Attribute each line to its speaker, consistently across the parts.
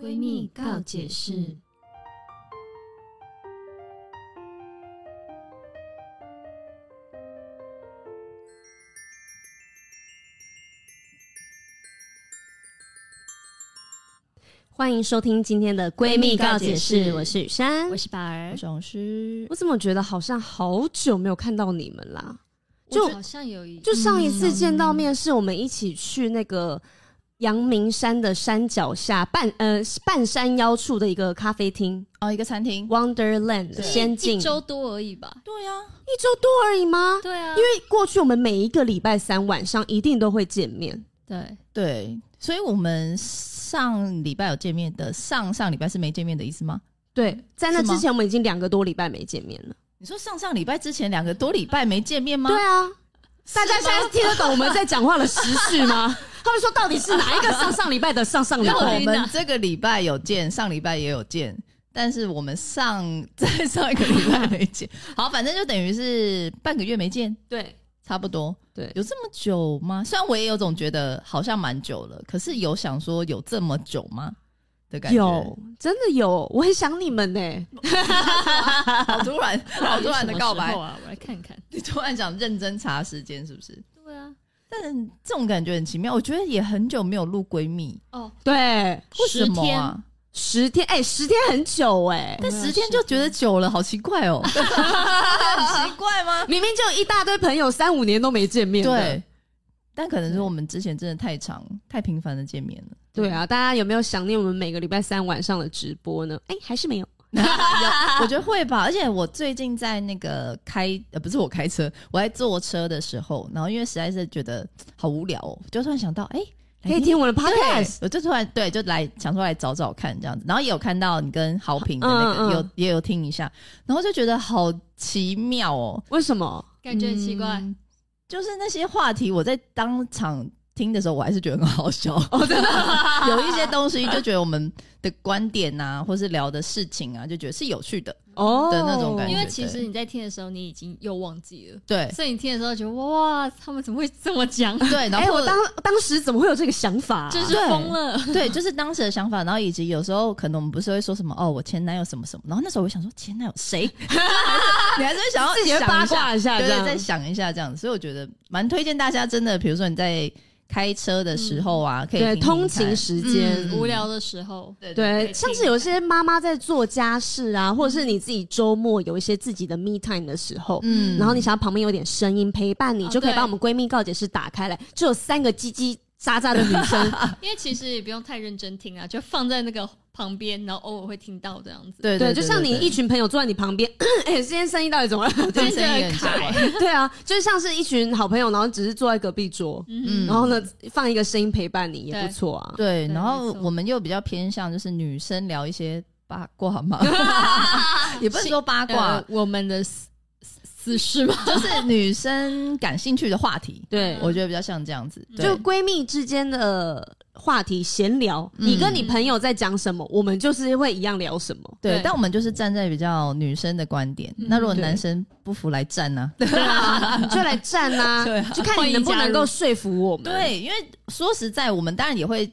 Speaker 1: 闺蜜告解释。
Speaker 2: 欢迎收听今天的闺蜜告解
Speaker 1: 闺蜜告解
Speaker 2: 释，
Speaker 1: 释
Speaker 2: 我是雨珊
Speaker 1: 我。是宝儿，
Speaker 3: 总是
Speaker 2: 我怎么觉得好像好久没有看到你们啦？
Speaker 1: 就
Speaker 2: 就
Speaker 1: 好像有一嗯
Speaker 2: 就上一次见到面是我们一起去那个阳明山的山脚下半呃半山腰处的一个咖啡厅
Speaker 3: 哦，一个餐厅。
Speaker 2: Wonderland
Speaker 3: 对
Speaker 2: 仙境，
Speaker 1: 一周多而已吧。
Speaker 3: 对呀、
Speaker 1: 啊
Speaker 2: 一周多而已吗？
Speaker 1: 对啊，
Speaker 2: 啊因为过去我们每一个礼拜三晚上一定都会见面，
Speaker 1: 对
Speaker 3: 对，所以我们上礼拜有见面的，上上礼拜是没见面的意思吗？
Speaker 2: 对，在那
Speaker 3: 是吗
Speaker 2: 之前我们已经两个多礼拜没见面了。
Speaker 3: 你说上上礼拜之前两个多礼拜没见面吗？
Speaker 2: 对啊，
Speaker 3: 是
Speaker 2: 大
Speaker 3: 吗
Speaker 2: 家现在听得懂我们在讲话的时序 吗？他们说到底是哪一个上上礼拜的上上礼
Speaker 1: 啊到
Speaker 3: 我
Speaker 1: 底
Speaker 2: 拜？
Speaker 3: 们这个礼拜有见，上礼拜也有见，但是我们上再上一个礼拜没见。 好，反正就等于是半个月没见，
Speaker 2: 对
Speaker 3: 差不多。
Speaker 2: 对，
Speaker 3: 有这么久吗？虽然我也有种觉得好像蛮久了，可是有想说有这么久吗的感觉？
Speaker 2: 有真的有，我很想你们呢、
Speaker 3: 好突然，好突然的 告
Speaker 1: 到底什么时
Speaker 3: 白
Speaker 1: 候，啊！我来看看。
Speaker 3: 你突然想认真查时间是不是？
Speaker 1: 对啊，
Speaker 3: 但这种感觉很奇妙，我觉得也很久没有录闺蜜，
Speaker 1: 哦，
Speaker 2: 对，
Speaker 3: 为什么啊？
Speaker 2: 十天，哎、十天很久哎、
Speaker 3: 但啊十天就觉得久了，好奇怪 哦，很奇怪吗？
Speaker 2: 明明就一大堆朋友，三五年都没见面的。
Speaker 3: 对，但可能是我们之前真的太长、太频繁的见面了。
Speaker 2: 对啊，大家有没有想念我们每个礼拜三晚上的直播呢？哎、还是没有。
Speaker 3: 有，我觉得会吧。而且我最近在那个开，呃，不是我开车，我在坐车的时候，然后因为实在是觉得好无聊哦，就突然想到，哎、来
Speaker 2: 可以听我的
Speaker 3: 对
Speaker 2: podcast，，
Speaker 3: 我就突然对，就来想说来找找看这样子，然后也有看到你跟好评的那个，
Speaker 2: 嗯嗯
Speaker 3: 也有也有听一下，然后就觉得好奇妙哦，
Speaker 2: 为什么？
Speaker 1: 感觉很奇怪。
Speaker 3: 嗯就是那些话题，我在当场听的时候，我还是觉得很好笑，
Speaker 2: 哦
Speaker 3: 有一些东西就觉得我们的观点啊，或是聊的事情啊，就觉得是有趣的，
Speaker 2: 哦
Speaker 3: 的那种感觉
Speaker 1: 因为其实你在听的时候，你已经又忘记了，
Speaker 3: 对
Speaker 1: 所以你听的时候觉得哇，他们怎么会这么讲？
Speaker 3: 对，然
Speaker 2: 哎、
Speaker 3: 后或
Speaker 2: 我
Speaker 3: 者、
Speaker 2: 当当时怎么会有这个想法、啊？
Speaker 1: 就是
Speaker 3: 对
Speaker 1: 疯了。
Speaker 3: 对，就是当时的想法，然后以及有时候可能我们不是会说什么哦，我前男友什么什么，然后那时候我想说前男友谁， 你还是会想要
Speaker 2: 自己会
Speaker 3: 想
Speaker 2: 八
Speaker 3: 一下
Speaker 2: 卦一下，
Speaker 3: 对
Speaker 2: 这
Speaker 3: 对，
Speaker 2: 样
Speaker 3: 再想一下这样子，所以我觉得蛮推荐大家真的，比如说你在开车的时候啊，可以
Speaker 2: 对
Speaker 3: 听听
Speaker 2: 通
Speaker 3: 看
Speaker 2: 勤时间。
Speaker 3: 嗯
Speaker 1: 无聊的时候，
Speaker 3: 对
Speaker 2: 对，
Speaker 1: 对
Speaker 2: 像是有些妈妈在做家事啊，或者是你自己周末有一些自己的 me time 的时候，
Speaker 3: 嗯
Speaker 2: 然后你想要旁边有点声音陪伴你，
Speaker 1: 哦
Speaker 2: 就可以
Speaker 1: 对
Speaker 2: 把我们闺蜜告解室打开来，就有三个叽叽喳喳的女生，
Speaker 1: 因为其实也不用太认真听啊，就放在那个旁边，然后偶尔会听到这样子。
Speaker 3: 对
Speaker 2: 对，就像你一群朋友坐在你旁边， 哎，今天生意到底怎么了？
Speaker 3: 真
Speaker 1: 真的
Speaker 3: 的
Speaker 1: 很卡
Speaker 3: 卡，
Speaker 2: 对啊，就是像是一群好朋友，然后只是坐在隔壁桌，
Speaker 1: 嗯，
Speaker 3: 嗯
Speaker 2: 然后呢放一个声音陪伴你也
Speaker 1: 对
Speaker 2: 不错啊。
Speaker 3: 对，
Speaker 1: 对
Speaker 3: 然后
Speaker 1: 没错
Speaker 3: 我们又比较偏向就是女生聊一些八卦 嘛，也不是说八卦
Speaker 1: 呃，我们的私私私事 吗？
Speaker 3: 就是女生感兴趣的话题，
Speaker 2: 对，
Speaker 3: 我觉得比较像这样子，对
Speaker 2: 就闺蜜之间的话题闲聊，
Speaker 3: 嗯
Speaker 2: 你跟你朋友在讲什么，我们就是会一样聊什么。
Speaker 3: 对
Speaker 1: 对，
Speaker 3: 但我们就是站在比较女生的观点。
Speaker 1: 嗯
Speaker 3: 那如果
Speaker 2: 对
Speaker 3: 男生不服来战呢、
Speaker 2: 对啊，你就来站呐、
Speaker 3: 对啊
Speaker 2: 就看你能不能够说服我们。，
Speaker 3: 对，因为说实在，我们当然也会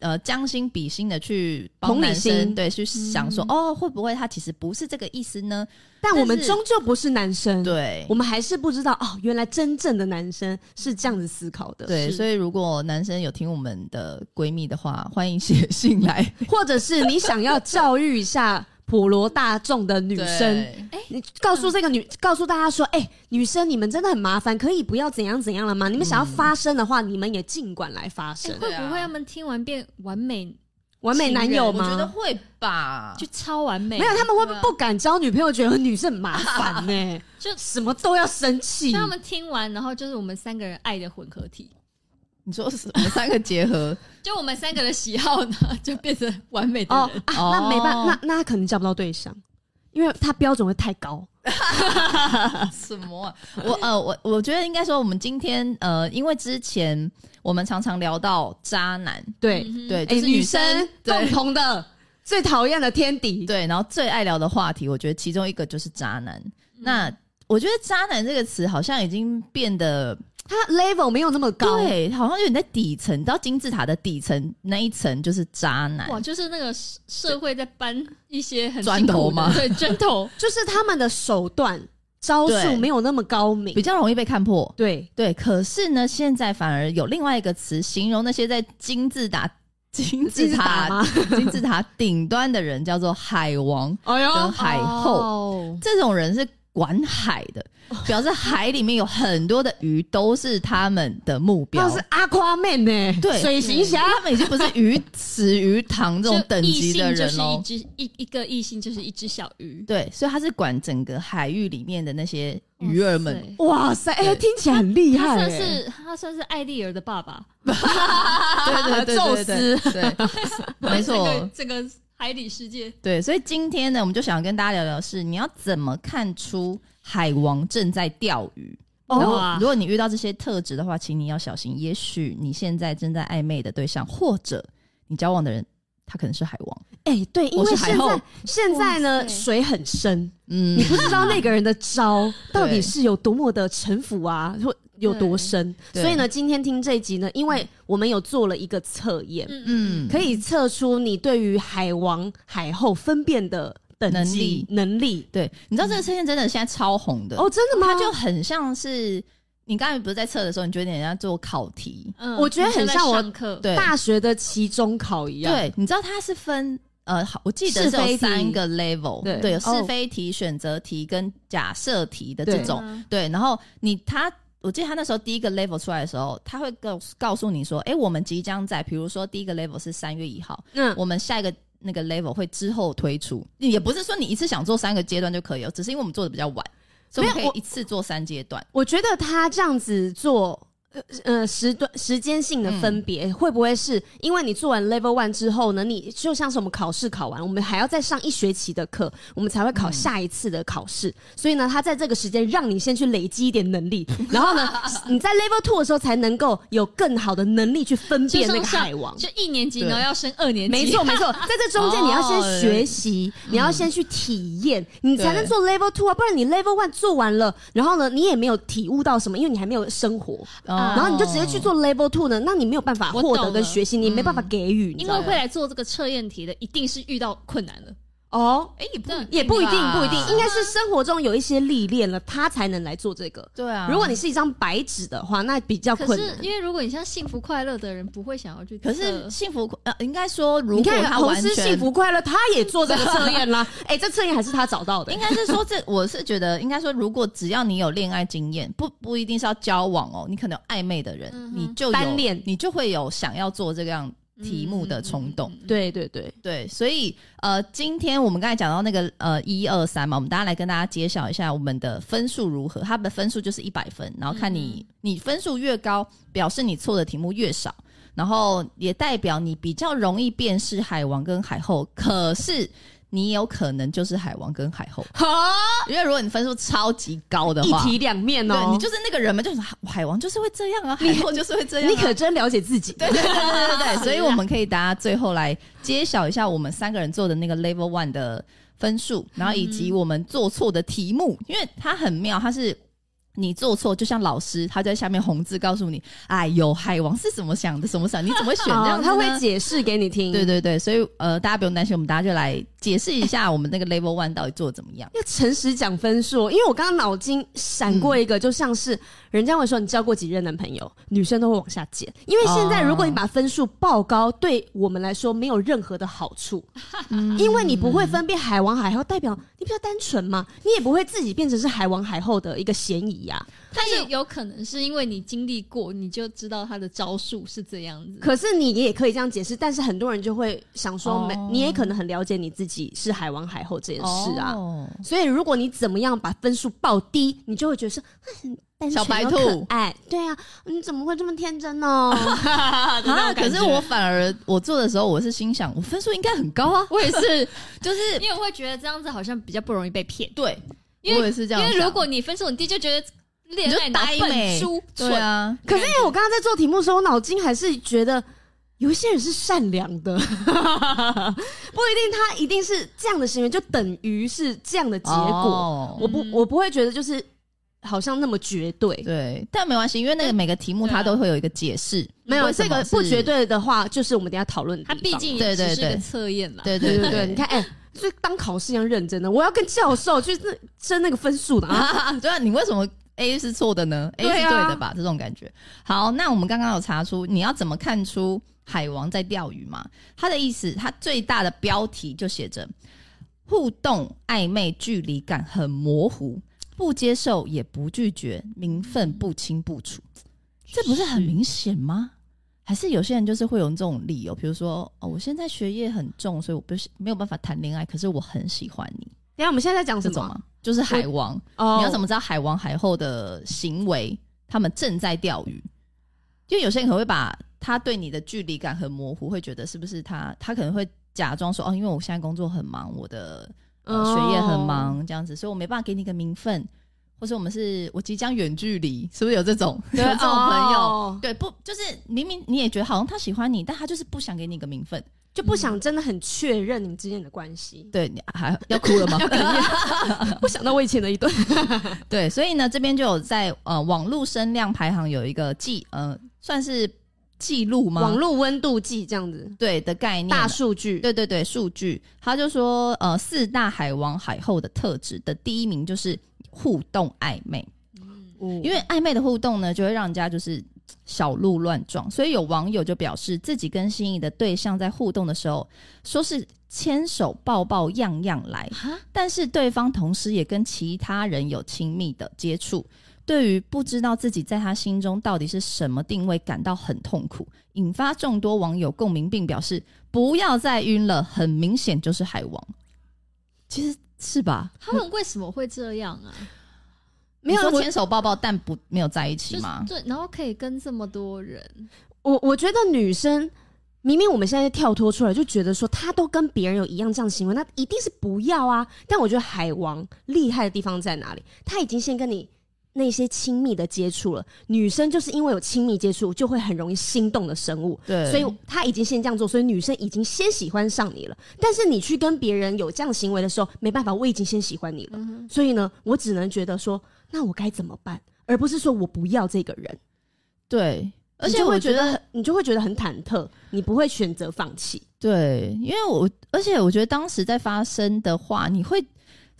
Speaker 3: 呃将心比心的去帮
Speaker 2: 同理
Speaker 3: 男生，
Speaker 2: 心嗯
Speaker 3: 对，去想说、哦，会不会他其实不是这个意思呢？
Speaker 2: 但我们
Speaker 3: 但是
Speaker 2: 终究不是男生，
Speaker 3: 对
Speaker 2: 嗯我。们还是不知道哦，原来真正的男生是这样子思考的。
Speaker 3: 对，
Speaker 1: 是
Speaker 3: 所以如果男生有听我们的闺蜜的话，欢迎写信来。
Speaker 2: 或者是你想要教育一下普罗大众的 女生，
Speaker 3: 对
Speaker 2: 你告诉这个女，告诉大家说，哎、女生你们真的很麻烦，可以不要怎样怎样了吗？你们想要发声的话，你们也尽管来发声
Speaker 1: 哎。
Speaker 3: 对
Speaker 1: 会
Speaker 3: 啊
Speaker 1: 不会他们听完变完美，
Speaker 2: 完美男友
Speaker 3: 我
Speaker 2: 吗？
Speaker 3: 觉得会吧，
Speaker 1: 就超完美？
Speaker 2: 没有，他们会不
Speaker 1: 对
Speaker 2: 会
Speaker 1: 啊
Speaker 2: 不敢交女朋友？觉得女生很麻烦呢、
Speaker 1: 就
Speaker 2: 什么都要生气
Speaker 1: 就。他们听完，然后就是我们三个人爱的混合体，
Speaker 3: 你说是我们三个 结合，
Speaker 1: 就我们三个的喜好呢， 就变成完美的
Speaker 2: 哦
Speaker 1: 人。
Speaker 2: 啊，
Speaker 3: 哦
Speaker 2: 那没办那那他可能交不到对象，因为他标准会太高。
Speaker 3: 什么、啊？我呃，我我觉得应该说，我们今天呃，因为之前我们常常聊到渣男，
Speaker 2: 对，
Speaker 1: 嗯哼
Speaker 3: 对，就
Speaker 2: 哎、
Speaker 3: 是
Speaker 2: 女
Speaker 3: 生
Speaker 2: 生
Speaker 3: 对
Speaker 2: 共同的最讨厌的天敌。
Speaker 3: 对，然后最爱聊的话题，我觉得其
Speaker 2: 嗯
Speaker 3: 中一个就是渣男。那我觉得“渣男”这个词好像已经变得
Speaker 2: 它 level 没有那么高，
Speaker 3: 对，好像有点在底层，你知道金字塔的底层那一层就是渣男，
Speaker 1: 哇，就是那个社社会在搬一些很
Speaker 3: 砖
Speaker 1: 辛苦
Speaker 3: 头
Speaker 1: 的
Speaker 3: 吗
Speaker 1: 对，砖头。
Speaker 2: 就是他们的手段招数
Speaker 3: 对
Speaker 2: 没有那么高明
Speaker 3: 比。较容易被看破。
Speaker 2: 对，
Speaker 3: 对，可是呢，现在反而有另外一个词形容那些在金字塔、金字
Speaker 2: 金字塔
Speaker 3: 塔
Speaker 2: 吗、
Speaker 3: 金字塔顶端的人，叫做海王。
Speaker 1: 哎呦
Speaker 3: 跟海后
Speaker 1: 哦
Speaker 3: 这种人是管海的，
Speaker 2: 哦
Speaker 3: 表示海里面有很多的鱼都是他们的目 标
Speaker 2: 那。是阿夸妹呢，
Speaker 3: 对
Speaker 2: 水行侠，
Speaker 3: 他们已经不是鱼池、鱼 塘这种等级的人哦喽
Speaker 1: 就异性就。是一只一一个异性就是一只小鱼，
Speaker 3: 对，所以他是管整个海域里面的那些鱼儿们。
Speaker 2: 哇塞，哎、
Speaker 3: 对
Speaker 2: 听起来很厉
Speaker 1: 他
Speaker 2: 害、
Speaker 1: 算
Speaker 2: 欸。
Speaker 1: 是他算是艾丽儿的爸 爸，
Speaker 3: 对对对对对
Speaker 2: 宙
Speaker 3: 对，对 没错。
Speaker 1: 这个这个海底世界
Speaker 3: 对，所以今天呢，我们就想跟大家聊聊的是你要怎么看出海王正在钓鱼。
Speaker 1: 哦
Speaker 3: 然后，如果你遇到这些特质的话，请你要小心。也许你现在正在暧昧的对象，或者你交往的人，他可能是海王。
Speaker 2: 哎、对，因
Speaker 3: 我
Speaker 2: 为
Speaker 3: 是海
Speaker 2: 现
Speaker 3: 后
Speaker 2: 在现在
Speaker 1: 哇
Speaker 2: 呢，
Speaker 1: 塞
Speaker 2: 水很深，
Speaker 3: 嗯
Speaker 2: 你，不知道那个人的 招到底
Speaker 3: 对
Speaker 2: 是有多么的城府啊，或有多深。
Speaker 3: 对
Speaker 2: 所以呢，今天听这一集呢，因为我们有做了一个测验，
Speaker 1: 嗯
Speaker 3: 嗯
Speaker 2: 可以测出你对于海王、海后分辨的等级能力。
Speaker 3: 对，你知道这个测验真的现在超红的，
Speaker 2: 哦，真的吗？
Speaker 3: 它就很像是你刚才不是在测的时候，你觉得人家做考题，
Speaker 1: 嗯
Speaker 2: 我觉得很像我
Speaker 1: 你正在上课，
Speaker 3: 对
Speaker 2: 大学的期中考一样。
Speaker 3: 对，你知道它是分呃，好我记得
Speaker 2: 是
Speaker 3: 是
Speaker 2: 非
Speaker 3: 有
Speaker 2: 题
Speaker 3: 三个 level，
Speaker 2: 对
Speaker 3: 有是
Speaker 2: 哦
Speaker 3: 非题、选择题跟假设题的这
Speaker 2: 对
Speaker 3: 种。
Speaker 1: 嗯
Speaker 3: 对，然后你他，我记得他那时候第一个 level 出来的时候，他会告诉告诉你说，哎、我们即将在，比如说第一个 level 是三月一号，
Speaker 2: 嗯，
Speaker 3: 我们下一个那个 level 会之后推出，也不是说你一次想做三个阶段就可以哦，只是因为我们做的比较晚，所以我
Speaker 2: 没
Speaker 3: 们
Speaker 2: 有
Speaker 3: 可以一次做三阶段。
Speaker 2: 我觉得他这样子做。呃呃，时段时间性的分别、
Speaker 1: 嗯
Speaker 2: 会不会是因为你做完 Level One 之后呢？你就像是我们考试考完，我们还要再上一学期的课，我们才会考下一次的考试。所以呢，他在这个时间让你先去累积一点能力，然后呢，你在 Level Two 的时候才能够有更好的能力去分
Speaker 1: 就
Speaker 2: 辨那
Speaker 1: 像
Speaker 2: 个
Speaker 1: 上
Speaker 2: 海王。
Speaker 1: 就一年级
Speaker 3: 对
Speaker 1: 然后要升二年级，哎
Speaker 2: 没错，没 错，在这中间你要先
Speaker 3: 哦
Speaker 2: 学习，你要先去体验，你才能
Speaker 3: 对
Speaker 2: 做 level two 啊，不然你 level one 做完了，然后呢，你也没有体悟到什么，因为你还没有生活，
Speaker 3: 嗯
Speaker 1: 哦
Speaker 2: 然后你就直接去做 level two 呢，那你没有办法
Speaker 1: 我
Speaker 2: 获得
Speaker 1: 懂
Speaker 2: 跟
Speaker 1: 了嗯
Speaker 2: 学习，你没办法给予，你知
Speaker 1: 因
Speaker 2: 道
Speaker 1: 为
Speaker 2: 吗
Speaker 1: 会来做这个测验题的，一定是遇到困难了。
Speaker 2: 哦。
Speaker 3: 哎、也不
Speaker 1: 对啊
Speaker 2: 也不一定，
Speaker 3: 吧
Speaker 2: 不一定，应该是生活中有一些历练了，他才能来做这个。
Speaker 3: 对啊。
Speaker 2: 如果你是一张白纸的话，那比较
Speaker 1: 可
Speaker 2: 困
Speaker 1: 是
Speaker 2: 难。
Speaker 1: 因为如果你像幸福快乐的人，不会想要去测，
Speaker 3: 可是幸福呃，应该说如
Speaker 2: 你
Speaker 3: 果
Speaker 2: 看，
Speaker 3: 他
Speaker 2: 红
Speaker 3: 完
Speaker 2: 师
Speaker 3: 全
Speaker 2: 幸福快乐，他也做这个测验 啦。哎，这测验还是他找到的
Speaker 3: 应。该是说这， 我是觉得应该说，如果只要你有恋爱经验，不不一定是要交往哦，你可能有暧昧的人，
Speaker 1: 嗯哼
Speaker 3: 你就有
Speaker 2: 单恋
Speaker 3: 你就会有想要做这样题目的冲动。
Speaker 1: 嗯。嗯嗯嗯
Speaker 2: 对对 对，
Speaker 3: 对，所以呃，今天我们刚才讲到那个呃一二三嘛，我们大家来跟大家揭晓一下我们的分数如何。它的分数就是一百分，然后看
Speaker 2: 嗯
Speaker 3: 你、你分数越高，表示你错的题目越少，然后也代表你比较容易辨识海王跟海后，可是你有可能就是海王跟海后。
Speaker 2: 好。
Speaker 3: 因为如果你分数超级高的
Speaker 2: 啊一
Speaker 3: 话，
Speaker 2: 体两面
Speaker 3: 对
Speaker 2: 哦。
Speaker 3: 你就是那个人嘛，就是海王就是会这样啊，海后就是会这样、啊。
Speaker 2: 你可真了解自己。
Speaker 3: 对啊对对对对对，所以我们可以大家最后来揭晓一下我们三个人做的那个 Level One 的分数，然后以及我们做错的题目，因为它很妙，它是。你做错，就像老师，他在下面红字告诉你：“哎呦，海王是怎么想的，什么想？你怎么会选这样
Speaker 2: 好，
Speaker 3: 子呢？”
Speaker 2: 他会解释给你听。
Speaker 3: 啊对对对，所以呃，大家不用担心，我们大家就来解释一下我们那个 Level One 到底做的怎么样。
Speaker 2: 要诚实讲分数，因为我刚刚脑筋闪过一个，就像是人家会说你交过几任男朋友，女生都会往下减，因为现在
Speaker 3: 哦
Speaker 2: 如果你把分数报高，对我们来说没有任何的好处，
Speaker 3: 嗯
Speaker 2: 因为你不会分辨海王海后，代表你比较单纯嘛，你也不会自己变成是海王海后的一个嫌疑啊呀、
Speaker 1: 但也有可能是因为你经历过，你就知道他的招数是这样子。
Speaker 2: 可是你也可以这样解释，但是很多人就会想说
Speaker 3: 哦
Speaker 2: 没，你也可能很了解你自己是海王海后这件事啊。
Speaker 3: 哦
Speaker 2: 所以如果你怎么样把分数报低，你就会觉得说，哎很单纯
Speaker 3: 小白
Speaker 2: 又
Speaker 3: 兔
Speaker 2: 可爱，对啊，你怎么会这么天真 呢？
Speaker 3: 啊！可是我反而我做的时候，我是心想，我分数应该很高啊，
Speaker 1: 我也是，
Speaker 3: 就是
Speaker 1: 因为我会觉得这样子好像比较不容易被骗，
Speaker 3: 对，
Speaker 1: 因为
Speaker 3: 我也是这样
Speaker 1: 因
Speaker 3: 想。
Speaker 1: 为如果你分数很低，就觉得恋爱脑
Speaker 3: 你就呆
Speaker 1: 笨
Speaker 3: 美
Speaker 1: 猪
Speaker 3: 对
Speaker 1: 蠢。
Speaker 3: 啊，
Speaker 2: 可是因为我刚刚在做题目的时候，我脑筋还是觉得。有一些人是善良的， 不一定他一定是这样的行为，就等于是这样的结果。
Speaker 3: 哦
Speaker 2: 我不，我不会觉得就是好像那么绝对。
Speaker 3: 对，但没关系，因为那个每个题目它都会有一个解释。
Speaker 2: 啊没有
Speaker 3: 为什
Speaker 2: 这
Speaker 3: 么
Speaker 2: 个
Speaker 3: 是
Speaker 2: 不绝。对的话，就是我们等一下讨论的地
Speaker 1: 它
Speaker 2: 方。
Speaker 1: 毕竟
Speaker 3: 对
Speaker 1: 也
Speaker 3: 对
Speaker 1: 只是一
Speaker 3: 对
Speaker 1: 个测验啦。
Speaker 3: 对
Speaker 2: 对
Speaker 3: 对
Speaker 2: 对对，你看，哎、就当考试一样认真的，我要跟教授去争争那个分数的啊！
Speaker 3: 啊， 对啊，你为什么 A 是错的呢？A 是
Speaker 2: 对啊
Speaker 3: 对的吧？这种感觉。好，那我们刚刚有查出，你要怎么看出海王在钓鱼嘛？他的意思，他最大的标题就写着互动暧昧，距离感很模糊，不接受也不拒绝，名分不清不楚，这不是很明显吗？还是有些人就是会有这种理由，比如说哦，我现在学业很重，所以我不是没有办法谈恋爱，可是我很喜欢你，
Speaker 2: 等一下我们现在在讲
Speaker 3: 这
Speaker 2: 什
Speaker 3: 种
Speaker 2: 么？
Speaker 3: 吗？就是海王，
Speaker 2: 哦
Speaker 3: 你要怎么知道海王海后的行为？他们正在钓鱼，因为有些人可能会把他对你的距离感很模糊，会觉得是不是他？他可能会假装说哦，因为我现在工作很忙，我的、呃
Speaker 2: 哦
Speaker 3: 学业很忙，这样子，所以我没办法给你一个名分，或者我们是我即将远距离，是不是有这种有 这种朋友？
Speaker 2: 哦
Speaker 3: 对，不就是明明你也觉得好像他喜欢你，但他就是不想给你一个名分。
Speaker 2: 就不想真的很确认你们之间的关 系。
Speaker 3: 对，你还要哭了吗？嗯
Speaker 2: 我想到我以前的一 段，
Speaker 3: 对，所以呢，这边就有在呃网络声量排行有一个记呃算是记录吗？
Speaker 2: 网络温度计这样子，
Speaker 3: 对的概念，
Speaker 2: 大数据，
Speaker 3: 对对对数据，他就说呃四大海王海后的特质的第一名就是互动暧昧，
Speaker 1: 嗯
Speaker 2: 因
Speaker 3: 因为暧昧的互动呢，就会让人家就是小鹿乱撞，所以有网友就表示自己跟心仪的对象在互动的时候，说是牵手抱抱样样来，但是对方同时也跟其他人有亲密的接触。对于不知道自己在他心中到底是什么定位感到很痛苦，引发众多网友共鸣，并表示不要再晕了，很明显就是海王，其实是吧？
Speaker 1: 他们为什么会这样啊？
Speaker 2: 没有
Speaker 3: 你说
Speaker 2: 我
Speaker 3: 牵手抱抱，但不没有在一起
Speaker 1: 就是
Speaker 3: 吗？
Speaker 1: 对，然后可以跟这么多人，
Speaker 2: 我我觉得女生明明我们现在跳脱出来，就觉得说她都跟别人有一样这样行为，那一定是不要啊。但我觉得海王厉害的地方在哪里？他已经先跟你。那些亲密的接触了，女生就是因为有亲密接触，就会很容易心动的生物，
Speaker 3: 对
Speaker 2: 所以他已经先这样做，所以女生已经先喜欢上你了。但是你去跟别人有这样行为的时候，没办法，我已经先喜欢你了，
Speaker 1: 嗯
Speaker 2: 所以呢，我只能觉得说，那我该怎么办？而不是说我不要这个人。
Speaker 3: 对，而
Speaker 2: 你
Speaker 3: 且
Speaker 2: 就
Speaker 3: 我
Speaker 2: 会
Speaker 3: 觉
Speaker 2: 觉
Speaker 3: 得，
Speaker 2: 你就会觉得很忐忑，你不会选择放弃。
Speaker 3: 对，因为我，而且我觉得当时在发生的话，你会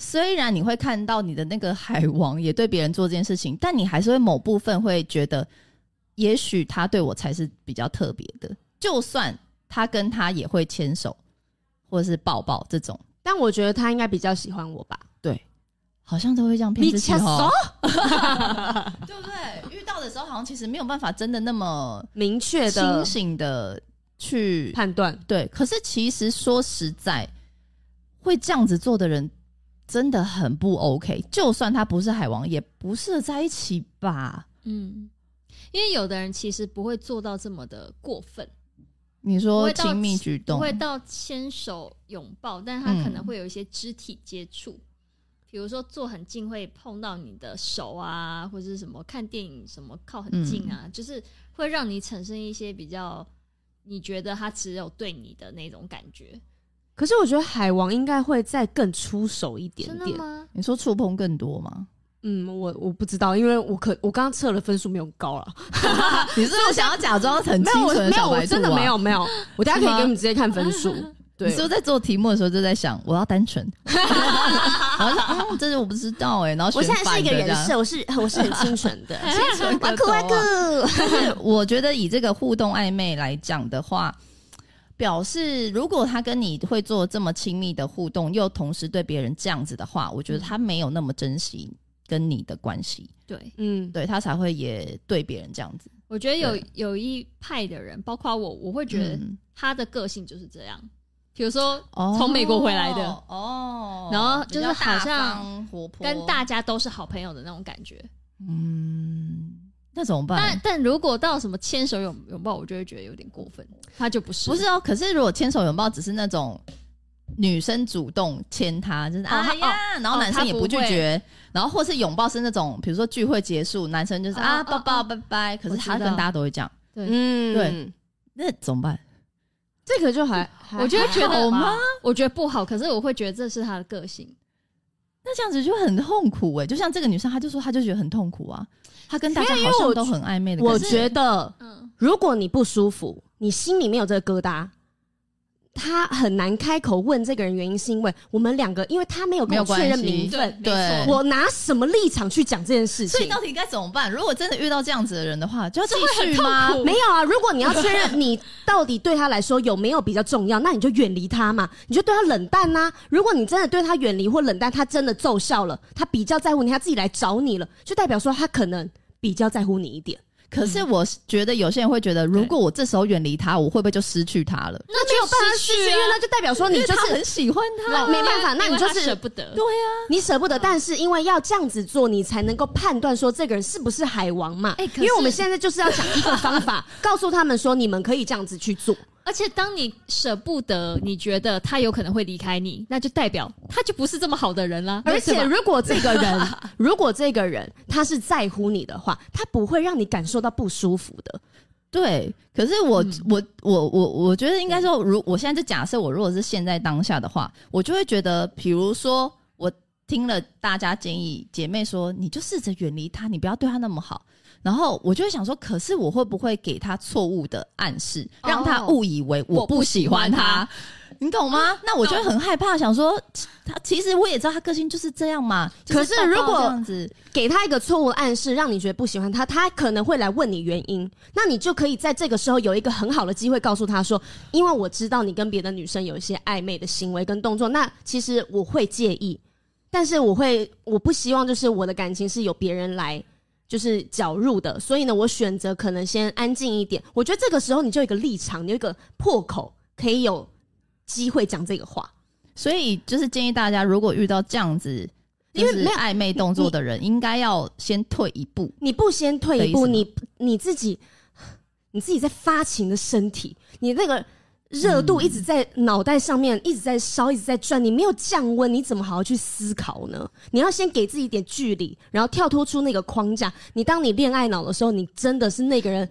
Speaker 3: 虽然你会看到你的那个海王也对别人做这件事情，但你还是会某部分会觉得，也许他对我才是比较特别的，就算他跟他也会牵手或者是抱抱这种，
Speaker 2: 但我觉得他应该比较喜欢我吧。
Speaker 3: 好像都会这样骗
Speaker 2: 你
Speaker 3: 自己
Speaker 2: 掐
Speaker 3: 哦， 对不对？遇到的时候好像其实没有办法真的那么
Speaker 2: 明确
Speaker 3: 清
Speaker 2: 的
Speaker 3: 醒的去
Speaker 2: 判断，
Speaker 3: 对，可是其实说实在，会这样子做的人真的很不 OK。就算他不是海王，也不适合在一起吧？
Speaker 1: 嗯，因为有的人其实不会做到这么的过分，
Speaker 3: 你
Speaker 1: 不
Speaker 3: 说
Speaker 1: 会到
Speaker 3: 亲密举
Speaker 1: 不
Speaker 3: 动，
Speaker 1: 会到牵手拥抱，但是他可能
Speaker 3: 嗯
Speaker 1: 会有一些肢体接触，比如说坐很近会碰到你的手啊，或者是什么看电影什么靠很近
Speaker 2: 嗯
Speaker 1: 啊，就是会让你产生一些比较你觉得他只有对你的那种感觉，
Speaker 2: 可是我觉得海王应该会再更出手一点
Speaker 1: 真的
Speaker 2: 点。
Speaker 1: 吗？
Speaker 3: 你说触碰更多吗？
Speaker 2: 嗯，我我不知道，因为我可我刚刚测了分数没有高了，
Speaker 3: 你是不是想要假装很
Speaker 2: 啊没
Speaker 3: 清
Speaker 2: 有我
Speaker 3: 纯
Speaker 2: 没有
Speaker 3: 小白
Speaker 2: 我
Speaker 3: 兔、啊？
Speaker 2: 真的没。有 没有，我大家可
Speaker 3: 是
Speaker 2: 以
Speaker 3: 吗
Speaker 2: 给你们直接看分 数。
Speaker 3: 你
Speaker 2: 对
Speaker 3: 是不，是在做题目的时候就在想，我要单纯？ 然后想，嗯，这是我不知道哎、然后
Speaker 2: 我现
Speaker 3: 选
Speaker 2: 在
Speaker 3: 反
Speaker 2: 是一个
Speaker 3: 的这
Speaker 2: 人
Speaker 3: 样
Speaker 2: 设，我是我是很清纯的，
Speaker 3: 清纯可
Speaker 2: 哇酷
Speaker 3: 口啊
Speaker 2: 哇酷。
Speaker 3: 但是我觉得以这个互动暧昧来讲的话，表示如果他跟你会做这么亲密的互动，又同时对别人这样子的话，我觉得他没有那么珍惜跟你的关系，
Speaker 1: 对，
Speaker 2: 嗯，
Speaker 3: 对他才会也对别人这样子。
Speaker 1: 我觉得有
Speaker 3: 对
Speaker 1: 有一派的人，包括我，我会觉得
Speaker 3: 嗯
Speaker 1: 他的个性就是这样，比如说
Speaker 3: 哦
Speaker 1: 从美国回来的
Speaker 3: 哦，
Speaker 1: 然后就是
Speaker 3: 比较大
Speaker 1: 好像
Speaker 3: 方活泼
Speaker 1: 跟大家都是好朋友的那种感觉。
Speaker 3: 嗯，那怎么办
Speaker 1: 但？但如果到什么牵手拥拥抱，我就会觉得有点过分，他就不是
Speaker 3: 不是哦，可是如果牵手拥抱只是那种女生主动牵他，就是
Speaker 1: 他
Speaker 3: 哎呀，
Speaker 1: 哦
Speaker 3: 然后男生也不拒绝，然后或是拥抱是那种，比如说聚会结束，男生就是
Speaker 1: 哦
Speaker 3: 啊
Speaker 1: 哦
Speaker 3: 抱抱
Speaker 1: 哦
Speaker 3: 拜拜，可是
Speaker 1: 我知
Speaker 3: 他跟
Speaker 1: 道
Speaker 3: 大家都会这样，
Speaker 2: 嗯
Speaker 3: 对，那怎么办？
Speaker 2: 这个就还，还
Speaker 1: 我就会觉
Speaker 3: 还好
Speaker 1: 得
Speaker 3: 吗？
Speaker 1: 我觉得不好，可是我会觉得这是他的个性。
Speaker 3: 那这样子就很痛苦哎、就像这个女生，她就说她就觉得很痛苦啊，她跟大家好像都很暧昧的
Speaker 2: 我
Speaker 3: 感觉。
Speaker 2: 觉得，
Speaker 1: 嗯，
Speaker 2: 如果你不舒服，你心里面有这个疙瘩，他很难开口问这个人原因，是因为我们两个，因为他没有跟
Speaker 3: 没有
Speaker 2: 我确认
Speaker 3: 关系
Speaker 2: 名
Speaker 1: 对
Speaker 2: 分，
Speaker 1: 没
Speaker 3: 对
Speaker 1: 错
Speaker 2: 我拿什么立场去讲这件事
Speaker 3: 所以
Speaker 2: 情？
Speaker 3: 到底该怎么办？如果真的遇到这样子的人的话，就要继续
Speaker 1: 这会
Speaker 3: 吗
Speaker 1: 很？痛 苦
Speaker 2: 没有啊，如果你要确认你到底对他来说有没有比较重要，那你就远离他嘛，你就对他冷淡呐、如果你真的对他远离或冷淡，他真的奏效了，他比较在乎你，他自己来找你了，就代表说他可能比较在乎你一点。
Speaker 3: 可是我觉得有些人会觉得，如果我这时候远离他，我会不会就失去他了？
Speaker 2: 那没有办法失去，因为那就代表说你
Speaker 3: 因为
Speaker 2: 就
Speaker 3: 他
Speaker 2: 是
Speaker 3: 很喜欢他，
Speaker 2: 没办法，那
Speaker 1: 因
Speaker 2: 你
Speaker 1: 为
Speaker 2: 就
Speaker 1: 他
Speaker 2: 是
Speaker 1: 舍不得。
Speaker 3: 对啊，
Speaker 2: 你舍不得，但是因为要这样子做，你才能够判断说这个人是不是海王嘛。
Speaker 1: 哎可是
Speaker 2: 因为我们现在就是要讲一个方 法，告诉他们说你们可以这样子去做。
Speaker 1: 而且当你舍不得，你觉得他有可能会离开你，那就代表他就不是这么好的人啦。
Speaker 2: 而
Speaker 1: 为
Speaker 2: 且
Speaker 1: 什么
Speaker 2: 如果这个 人，如果这个人他是在乎你的话，他不会让你感受到不舒服的。
Speaker 3: 对，可是我、我我我我觉得应该说，如我现在就假设我如果是现在当下的话，我就会觉得，比如说我听了大家建议，姐妹说你就试着远离他，你不要对他那么好。然后我就会想说，可是我会不会给他错误的暗示，
Speaker 1: 哦
Speaker 3: 让他误以为我不喜欢他？你懂吗？那我就会很害怕，想说他其实我也知道他个性就是这样嘛。就
Speaker 2: 可是如
Speaker 3: 抱抱
Speaker 2: 果
Speaker 3: 这样子，
Speaker 2: 给他一个错误的暗示，让你觉得不喜欢他，他可能会来问你原因。那你就可以在这个时候有一个很好的机会告诉他说：“因为我知道你跟别的女生有一些暧昧的行为跟动作，那其实我会介意，但是我会我不希望就是我的感情是有别人来就是搅入的，所以呢，我选择可能先安静一点。我觉得这个时候你就有一个立场，你有一个破口，可以有机会讲这个话。”
Speaker 3: 所以就是建议大家，如果遇到这样子。
Speaker 2: 因为
Speaker 3: 就是
Speaker 2: 没有嗯
Speaker 3: 暧昧动作的人，应该要先退一步。
Speaker 2: 你不先退一步，
Speaker 3: 的意
Speaker 2: 你你自己你自己在发情的身体，你那个热
Speaker 1: 嗯
Speaker 2: 度一直在脑袋上面、一直在烧，一直在转，你没有降温，你怎么好好去思考呢？你要先给自己一点距离，然后跳脱出那个框架。你当你恋爱脑的时候，你真的是那个人。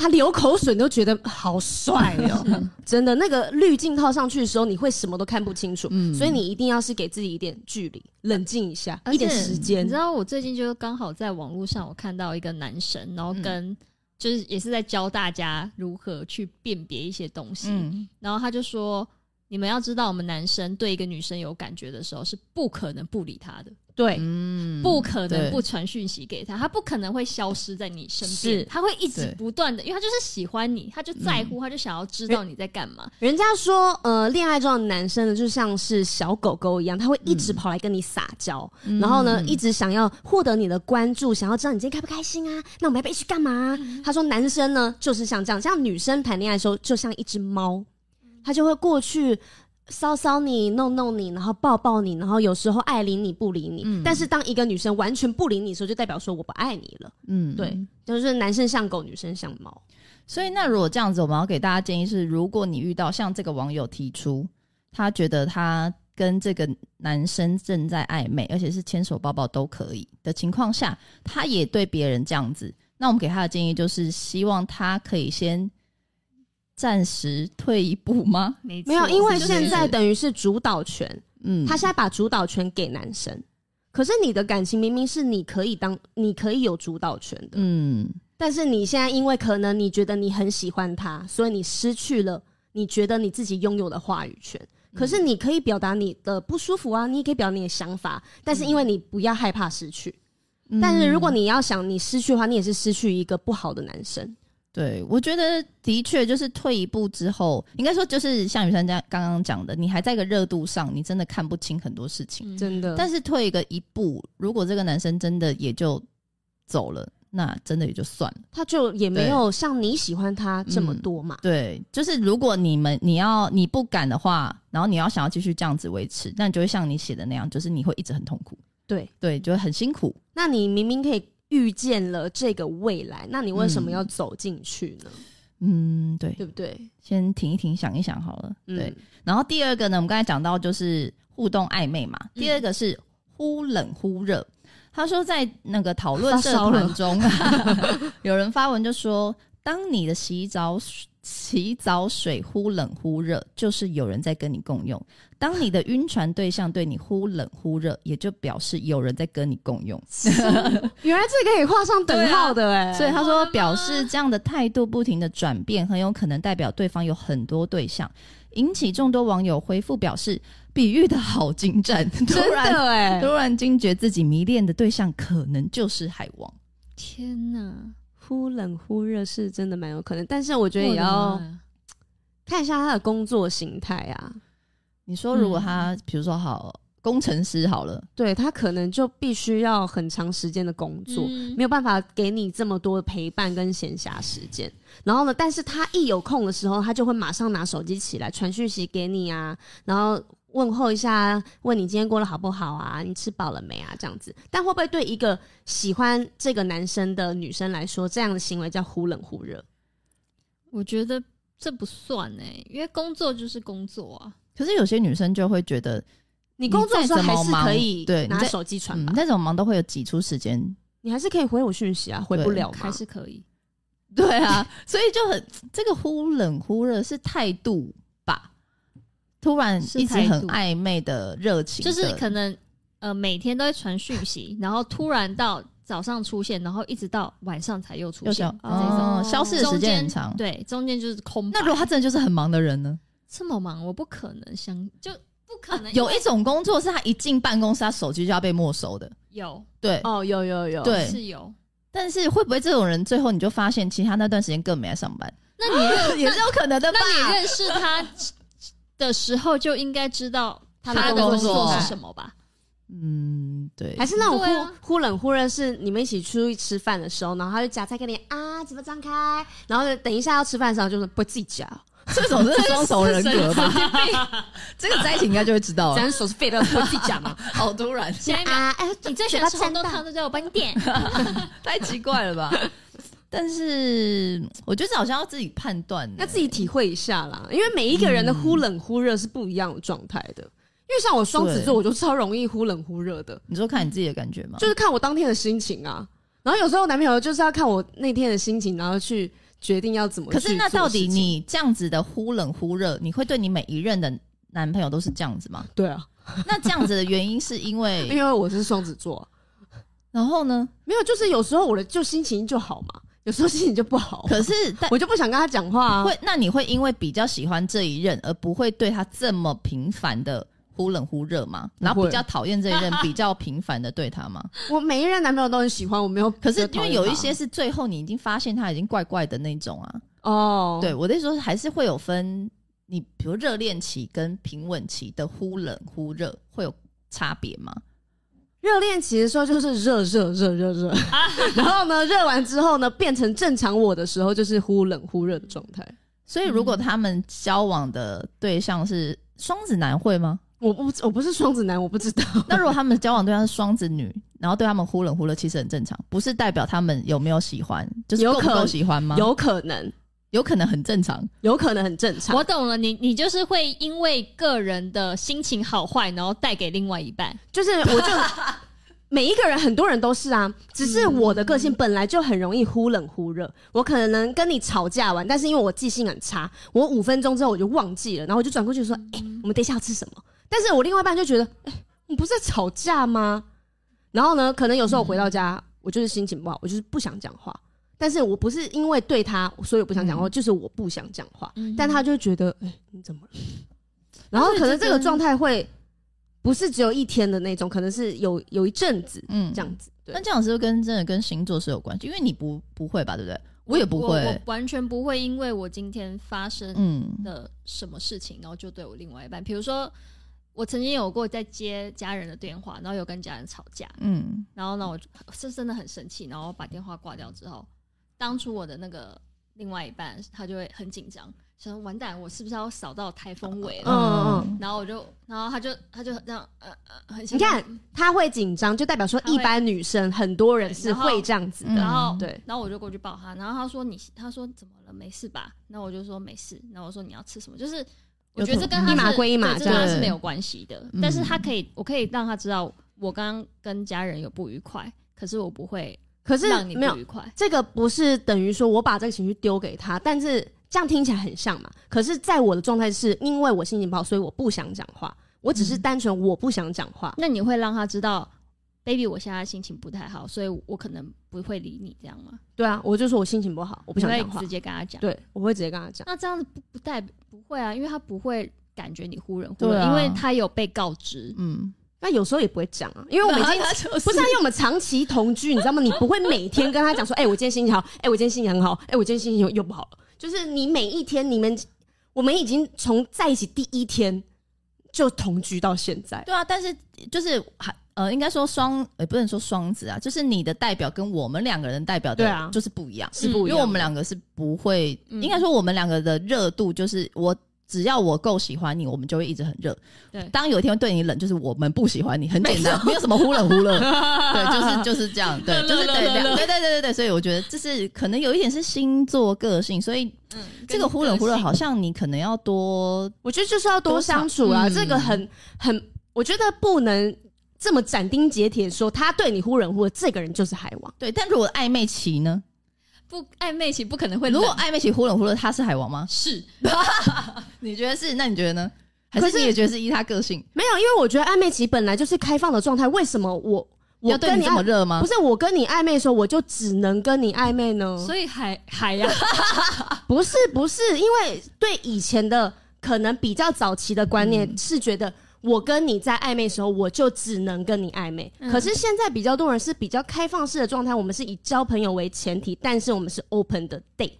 Speaker 2: 他流口水，你都觉得好帅 哦、真的，那个滤镜套上去的时候，你会什么都看不清楚。所以你一定要是给自己一点距离，冷静一下，
Speaker 1: 嗯而且
Speaker 2: 一点时间
Speaker 1: 你知。道我最近就刚好在网络上我看到一个男生，然后跟、就是也是在教大家如何去辨别一些东西，
Speaker 3: 嗯，
Speaker 1: 然后他就说。你们要知道，我们男生对一个女生有感觉的时候，是不可能不理她的，
Speaker 2: 对，
Speaker 3: 嗯
Speaker 1: 不可能
Speaker 3: 对
Speaker 1: 不传讯息给她，她不可能会消失在你身边
Speaker 2: 是，嗯
Speaker 1: 她会一直
Speaker 3: 对
Speaker 1: 不断的，因为她就是喜欢你，她就在乎，她就想要知道你在干嘛。
Speaker 2: 人家说，呃，恋爱中的男生呢，就像是小狗狗一样，他会一直跑来跟你撒娇，
Speaker 1: 嗯
Speaker 2: 然后
Speaker 3: 嗯
Speaker 2: 呢，一直想要获得你的关注，想要知道你今天开不开心啊？那我们要不要一起干嘛啊、
Speaker 1: 嗯
Speaker 2: 他说，男生呢就是像这样，像女生谈恋爱的时候，就像一只猫，他就会过去。搔搔你，弄弄你，然后抱抱你，然后有时候爱理你不理你。
Speaker 1: 嗯
Speaker 2: 但是当一个女生完全不理你的时候，就代表说我不爱你了。
Speaker 3: 嗯
Speaker 2: 对，。就是男生像狗，女生像猫。
Speaker 3: 所以那如果这样子，我们要给大家建议是，如果你遇到像这个网友提出，他觉得他跟这个男生正在暧昧，而且是牵手抱抱都可以的情况下，他也对别人这样子，那我们给他的建议就是，希望他可以先暂时退一步吗？
Speaker 1: 没
Speaker 2: 没有，
Speaker 1: 错
Speaker 2: 因为
Speaker 1: 就是
Speaker 2: 现在等于是主导权，
Speaker 3: 嗯，
Speaker 2: 他现在把主导权给男生，可是你的感情明明是你可以当，你可以有主导权的，
Speaker 3: 嗯，
Speaker 2: 但是你现在因为可能你觉得你很喜欢他，所以你失去了你觉得你自己拥有的话语权。可是你可以表达你的不舒服啊，你也可以表达你的想法，但是因为你不要害怕失去。
Speaker 3: 嗯
Speaker 2: 但是如果你要想你失去的话，你也是失去一个不好的男生。
Speaker 3: 对，我觉得的确就是退一步之后，应该说就是像雨珊这样刚刚讲的，你还在一个热度上，你真的看不清很多事情。
Speaker 1: 嗯
Speaker 2: 真的，
Speaker 3: 但是退一个一步，如果这个男生真的也就走了，那真的也就算了。
Speaker 2: 他就也没有像你喜欢他这么
Speaker 3: 嗯
Speaker 2: 多嘛。
Speaker 3: 对，就是如果你们你要你不敢的话，然后你要想要继续这样子维持，那你就会像你写的那样，就是你会一直很痛苦，
Speaker 2: 对，
Speaker 3: 对，就会很辛苦。
Speaker 2: 那你明明可以预见了这个未来，那你为什么要走进去呢？
Speaker 3: 嗯，对，
Speaker 2: 对不对？
Speaker 3: 先停一停，想一想好了。对，
Speaker 2: 嗯，
Speaker 3: 然后第二个呢，我们刚才讲到就是互动暧昧嘛，
Speaker 1: 嗯
Speaker 3: 第二个是忽冷忽热。他说，在那个讨论
Speaker 2: 发
Speaker 3: 社
Speaker 2: 烧了
Speaker 3: 团中、啊，有人发文就说，当你的洗澡水洗澡水忽冷忽热，就是有人在跟你共用。当你的晕船对象对你忽冷忽热，也就表示有人在跟你共用。
Speaker 2: 嗯 原来这个可以画上等号的哎、
Speaker 3: 所以他
Speaker 1: 呃
Speaker 3: 说，表示这样的态度不停的转变，很有可能代表对方有很多对象，引起众多网友回复表示，比喻的好精 湛，突
Speaker 2: 真
Speaker 3: 然
Speaker 2: 的哎、
Speaker 3: 突然惊觉自己迷恋的对象可能就是海王。
Speaker 1: 天哪，
Speaker 2: 忽冷忽热是真的蛮有可能，但是我觉得
Speaker 1: 我
Speaker 2: 也
Speaker 1: 的
Speaker 2: 要
Speaker 1: 妈呀
Speaker 2: 看一下他的工作形态啊。
Speaker 3: 你说，如果他
Speaker 1: 嗯
Speaker 3: 比如说好工程师好了，
Speaker 2: 对他可能就必须要很长时间的工作，
Speaker 1: 嗯
Speaker 2: 没有办法给你这么多的陪伴跟闲暇时间。然后呢，但是他一有空的时候，他就会马上拿手机起来传讯息给你啊，然后问候一下，问你今天过得好不好啊，你吃饱了没啊，这样子。但会不会对一个喜欢这个男生的女生来说，这样的行为叫忽冷忽热？
Speaker 1: 我觉得这不算哎、因为工作就是工作啊。
Speaker 3: 可是有些女生就会觉得，嗯
Speaker 2: 你工作的时候
Speaker 3: 你再
Speaker 2: 还是
Speaker 3: 怎么忙
Speaker 2: 可以
Speaker 3: 对你
Speaker 2: 拿
Speaker 3: 再
Speaker 2: 手机传
Speaker 3: 嗯
Speaker 2: 吧，，
Speaker 3: 那种忙都会有挤出 时间。
Speaker 2: 你还是可以回我讯息啊，回不
Speaker 3: 对
Speaker 2: 了嘛
Speaker 1: 还。是可以。
Speaker 3: 对啊，所以就很这个忽冷忽热是态度吧。突然
Speaker 1: 是
Speaker 3: 一直
Speaker 1: 态度
Speaker 3: 很暧昧的热情
Speaker 1: 就
Speaker 3: 的，
Speaker 1: 是可能呃每天都会传讯息， 然后突然到早上出现，然后一直到晚上才又出
Speaker 3: 有时
Speaker 1: 现啊
Speaker 3: 候，
Speaker 1: 这种
Speaker 3: 哦，消失的时
Speaker 1: 中
Speaker 3: 间
Speaker 1: 间
Speaker 3: 很长。
Speaker 1: 对，中间就是空白。
Speaker 3: 那如果他真的就是很忙的人呢？
Speaker 1: 这么忙，我不可能相就不可能、
Speaker 3: 有一种工作是他一进办公室，他手机就要被没收的。
Speaker 1: 有
Speaker 3: 对，
Speaker 2: 哦，有有有，
Speaker 3: 对
Speaker 1: 是有，
Speaker 3: 但是会不会这种人最后你就发现，其实他那段时间根本没来上班，啊
Speaker 1: 那你
Speaker 3: 也是有可能的吧？
Speaker 1: 那你认识他的时候就应该知道
Speaker 2: 他
Speaker 3: 的
Speaker 1: 的
Speaker 3: 工
Speaker 1: 工
Speaker 3: 作
Speaker 1: 是什么吧？
Speaker 3: 嗯，对，
Speaker 2: 还是那种忽、
Speaker 1: 对啊
Speaker 2: 忽冷忽热，是你们一起出去吃饭的时候，然后他就夹菜给你啊，嘴巴张开，然后等一下要吃饭的时候就是不自己夹，
Speaker 3: 这种 是双重人 格吧？ 这个在一起应该就会知道
Speaker 2: 咱
Speaker 3: 了。
Speaker 2: 手是废的，不自己夹嘛。
Speaker 3: 好突 然，
Speaker 1: 下一秒，
Speaker 2: 啊，哎，
Speaker 1: 你最喜
Speaker 2: 嘴
Speaker 1: 欢
Speaker 2: 巴
Speaker 1: 吃红
Speaker 2: 沾
Speaker 1: 豆汤，
Speaker 2: 到，
Speaker 1: 对不对？我帮你点。
Speaker 3: 太奇怪了吧？ 但是我觉得这好像要自己判断、
Speaker 2: 要自己体会一下啦，因为每一个人的忽冷忽热是不一样的状态的。因为像我双子
Speaker 3: 对
Speaker 2: 座，我就超容易忽冷忽热的，
Speaker 3: 你说看你自己的感觉吗？
Speaker 2: 就是看我当天的心情啊。然后有时候男朋友就是要看我那天的心情，然后去决定要怎么去
Speaker 3: 可
Speaker 2: 做事
Speaker 3: 是
Speaker 2: 情。
Speaker 3: 那到底你这样子的忽冷忽热，你会对你每一任的男朋友都是这样子 吗？
Speaker 2: 对啊，
Speaker 3: 那这样子的原因是因
Speaker 2: 因
Speaker 3: 为，
Speaker 2: 为我是双子座啊、
Speaker 3: 然后呢？
Speaker 2: 没有，就是有时候我的就心情就好嘛，有时候心情就不好，
Speaker 3: 可是但。
Speaker 2: 我就不想跟他讲话啊。
Speaker 3: 会，那你会因为比较喜欢这一任，而不会对他这么频繁的忽冷忽热吗？然后
Speaker 2: 不
Speaker 3: 比
Speaker 2: 会
Speaker 3: 较讨厌这一任，比较频繁的 对他吗？
Speaker 2: 我每一任男朋友都很喜欢，我没有觉得
Speaker 3: 可是
Speaker 2: 讨厌
Speaker 3: 因
Speaker 2: 他。
Speaker 3: 为有一些是最后你已经发现他已经怪怪的那种啊。
Speaker 2: 哦，
Speaker 3: 对，我的意思说还是会有分，你比如热恋期跟平稳期的忽冷忽热会有差别吗？
Speaker 2: 热恋期的时候就是热热热热热，
Speaker 3: 啊
Speaker 2: 然后呢，热完之后呢，变成正常我的时候就是忽冷忽热的状态。
Speaker 3: 所以如
Speaker 2: 嗯
Speaker 3: 果他们交往的对象是双子男会吗？
Speaker 2: 我不我不是双子男，我不知道。
Speaker 3: 那如果他们交往对象是双子女，然后对他们忽冷忽热，其实很正常，不是代表他们有没有喜欢，就是
Speaker 2: 有
Speaker 3: 够不
Speaker 2: 可
Speaker 3: 够喜欢吗？
Speaker 2: 有可能，
Speaker 3: 有可能很正常，
Speaker 2: 有可能很正常。
Speaker 1: 我懂了，你你就是会因为个人的心情好坏，然后带给另外一半。
Speaker 2: 就是我就每一个人，很多人都是啊，只是我的个性本来就很容易忽冷忽热。我可能跟你吵架完，但是因为我记性很差，我五分钟之后我就忘记了，然后我就转过去说：“哎、我们等一下要吃什么？”但是我另外一半就觉得：“哎、我们不是在吵架吗？”然后呢，可能有时候我回到家，我就是心情不好，我就是不想讲话。但是我不是因为对他，所以我不想讲话，就是我不想讲话。
Speaker 1: 嗯
Speaker 2: 但他就觉得，哎、你怎么了？然后可能这个状态会不是只有一天的那种，可能是有有一阵子
Speaker 3: 嗯，
Speaker 2: 这样子。对
Speaker 3: 那，这样是不是跟真的跟星座是有关系？因为你不不会吧，对不对？我也不
Speaker 1: 我我
Speaker 3: 会，
Speaker 1: 完全不会因为我今天发生
Speaker 3: 嗯，
Speaker 1: 的什么事情，然后就对我另外一半，比如说我曾经有过在接家人的电话，然后有跟家人吵架，
Speaker 3: 嗯，
Speaker 1: 然后呢，我就是真的很生气，然后把电话挂掉之后，当初我的那个另外一半他就会很紧张，想说完蛋，我是不是要扫到台风尾了？
Speaker 2: 嗯
Speaker 3: 嗯
Speaker 1: 然后我就，然后他就他就这样，呃呃，很
Speaker 2: 你看他会紧张，就代表说
Speaker 1: 他会
Speaker 2: 一般女生很多人是会这样子
Speaker 3: 嗯
Speaker 2: 的。
Speaker 1: 然后、
Speaker 2: 对，
Speaker 1: 然后我就过去抱他，然后他说你，他说怎么了，没事吧？然后我就说没事，然后我说你要吃什么？就是我觉得这跟他
Speaker 2: 一码
Speaker 1: 是
Speaker 2: 归一码
Speaker 1: 对
Speaker 2: 这
Speaker 1: 这跟他
Speaker 3: 样
Speaker 1: 是没有关系的
Speaker 3: 嗯，
Speaker 1: 但是他可以，我可以让他知道我刚刚跟家人有不愉快，可是我不会
Speaker 2: 可是
Speaker 1: 让你
Speaker 2: 没有
Speaker 1: 不愉快。
Speaker 2: 这个不是等于说我把这个情绪丢给他，但是这样听起来很像嘛。可是，在我的状态是因为我心情不好，所以我不想讲话。我只是
Speaker 1: 嗯
Speaker 2: 单纯我不想讲话。
Speaker 1: 那你会让他知道，baby，我现在心情不太好，所以我可能不会理你，这样吗？
Speaker 2: 对啊，我就说我心情不好，我
Speaker 1: 我
Speaker 2: 不想讲话
Speaker 1: 直。接跟他讲。
Speaker 2: 对，我会直接跟他讲。
Speaker 1: 那这样子不不代不会啊，因为他不会感觉你忽冷忽
Speaker 3: 对
Speaker 1: 热，
Speaker 3: 啊
Speaker 1: 因为他有被告知。
Speaker 3: 嗯，
Speaker 2: 那有时候也不会讲啊，因为我们已经
Speaker 3: 他就
Speaker 2: 不是、啊，因为我们长期同居，你知道吗？你不会每天跟他讲说，哎、我今天心情好，哎、我今天心情很好，哎、我今天心情又又不好了。就是你每一天，你们我们已经从在一起第一天就同居到现在，
Speaker 3: 对啊，但是就是还呃，应该说双也不能说双子啊，就是你的代表跟我们两个人代表
Speaker 2: 对
Speaker 3: 的
Speaker 2: 啊
Speaker 3: 就是不一样，嗯
Speaker 2: 是不一样的
Speaker 3: 因为我们两个是不会，
Speaker 1: 嗯
Speaker 3: 应该说我们两个的热度就是我。只要我够喜欢你，我们就会一直很热。
Speaker 1: 对
Speaker 3: 当有一天对你冷，就是我们不喜欢你，很简单，没有什么忽冷忽热。对，就是就是这样，对，就是
Speaker 1: 冷
Speaker 3: 对
Speaker 1: 冷冷冷
Speaker 3: 对对对对对。所以我觉得这是可能有一点是星座个性，所以
Speaker 1: 嗯，
Speaker 3: 这个忽冷忽热好像你可能要多
Speaker 2: 我觉得就是要多相处啊，
Speaker 3: 多少
Speaker 2: 这个很很，我觉得不能这么斩钉截铁说他对你忽冷忽热，这个人就是海王。
Speaker 3: 对。但如果暧昧期呢？
Speaker 1: 不暧昧期不可能会
Speaker 3: 如
Speaker 1: 冷。
Speaker 3: 果暧昧期忽冷忽热，他是海王吗？
Speaker 1: 是
Speaker 3: 你觉得是？那你觉得呢？还
Speaker 2: 可
Speaker 3: 是
Speaker 2: 是
Speaker 3: 你也觉得是依他个性？
Speaker 2: 没有，因为我觉得暧昧期本来就是开放的状态，为什么我我
Speaker 3: 要对
Speaker 2: 跟
Speaker 3: 你这么
Speaker 2: 暧
Speaker 3: 热吗
Speaker 2: 不？是我跟你暧昧的时候，我就只能跟你暧昧呢？
Speaker 1: 所以海 海呀、
Speaker 2: 不是不是，因为对以前的可能比较早期的观念是觉得。我跟你在暧昧的时候，我就只能跟你暧昧。
Speaker 1: 嗯
Speaker 2: 可是现在比较多人是比较开放式的状态，我们是以交朋友为前提，但是我们是 open 的 date。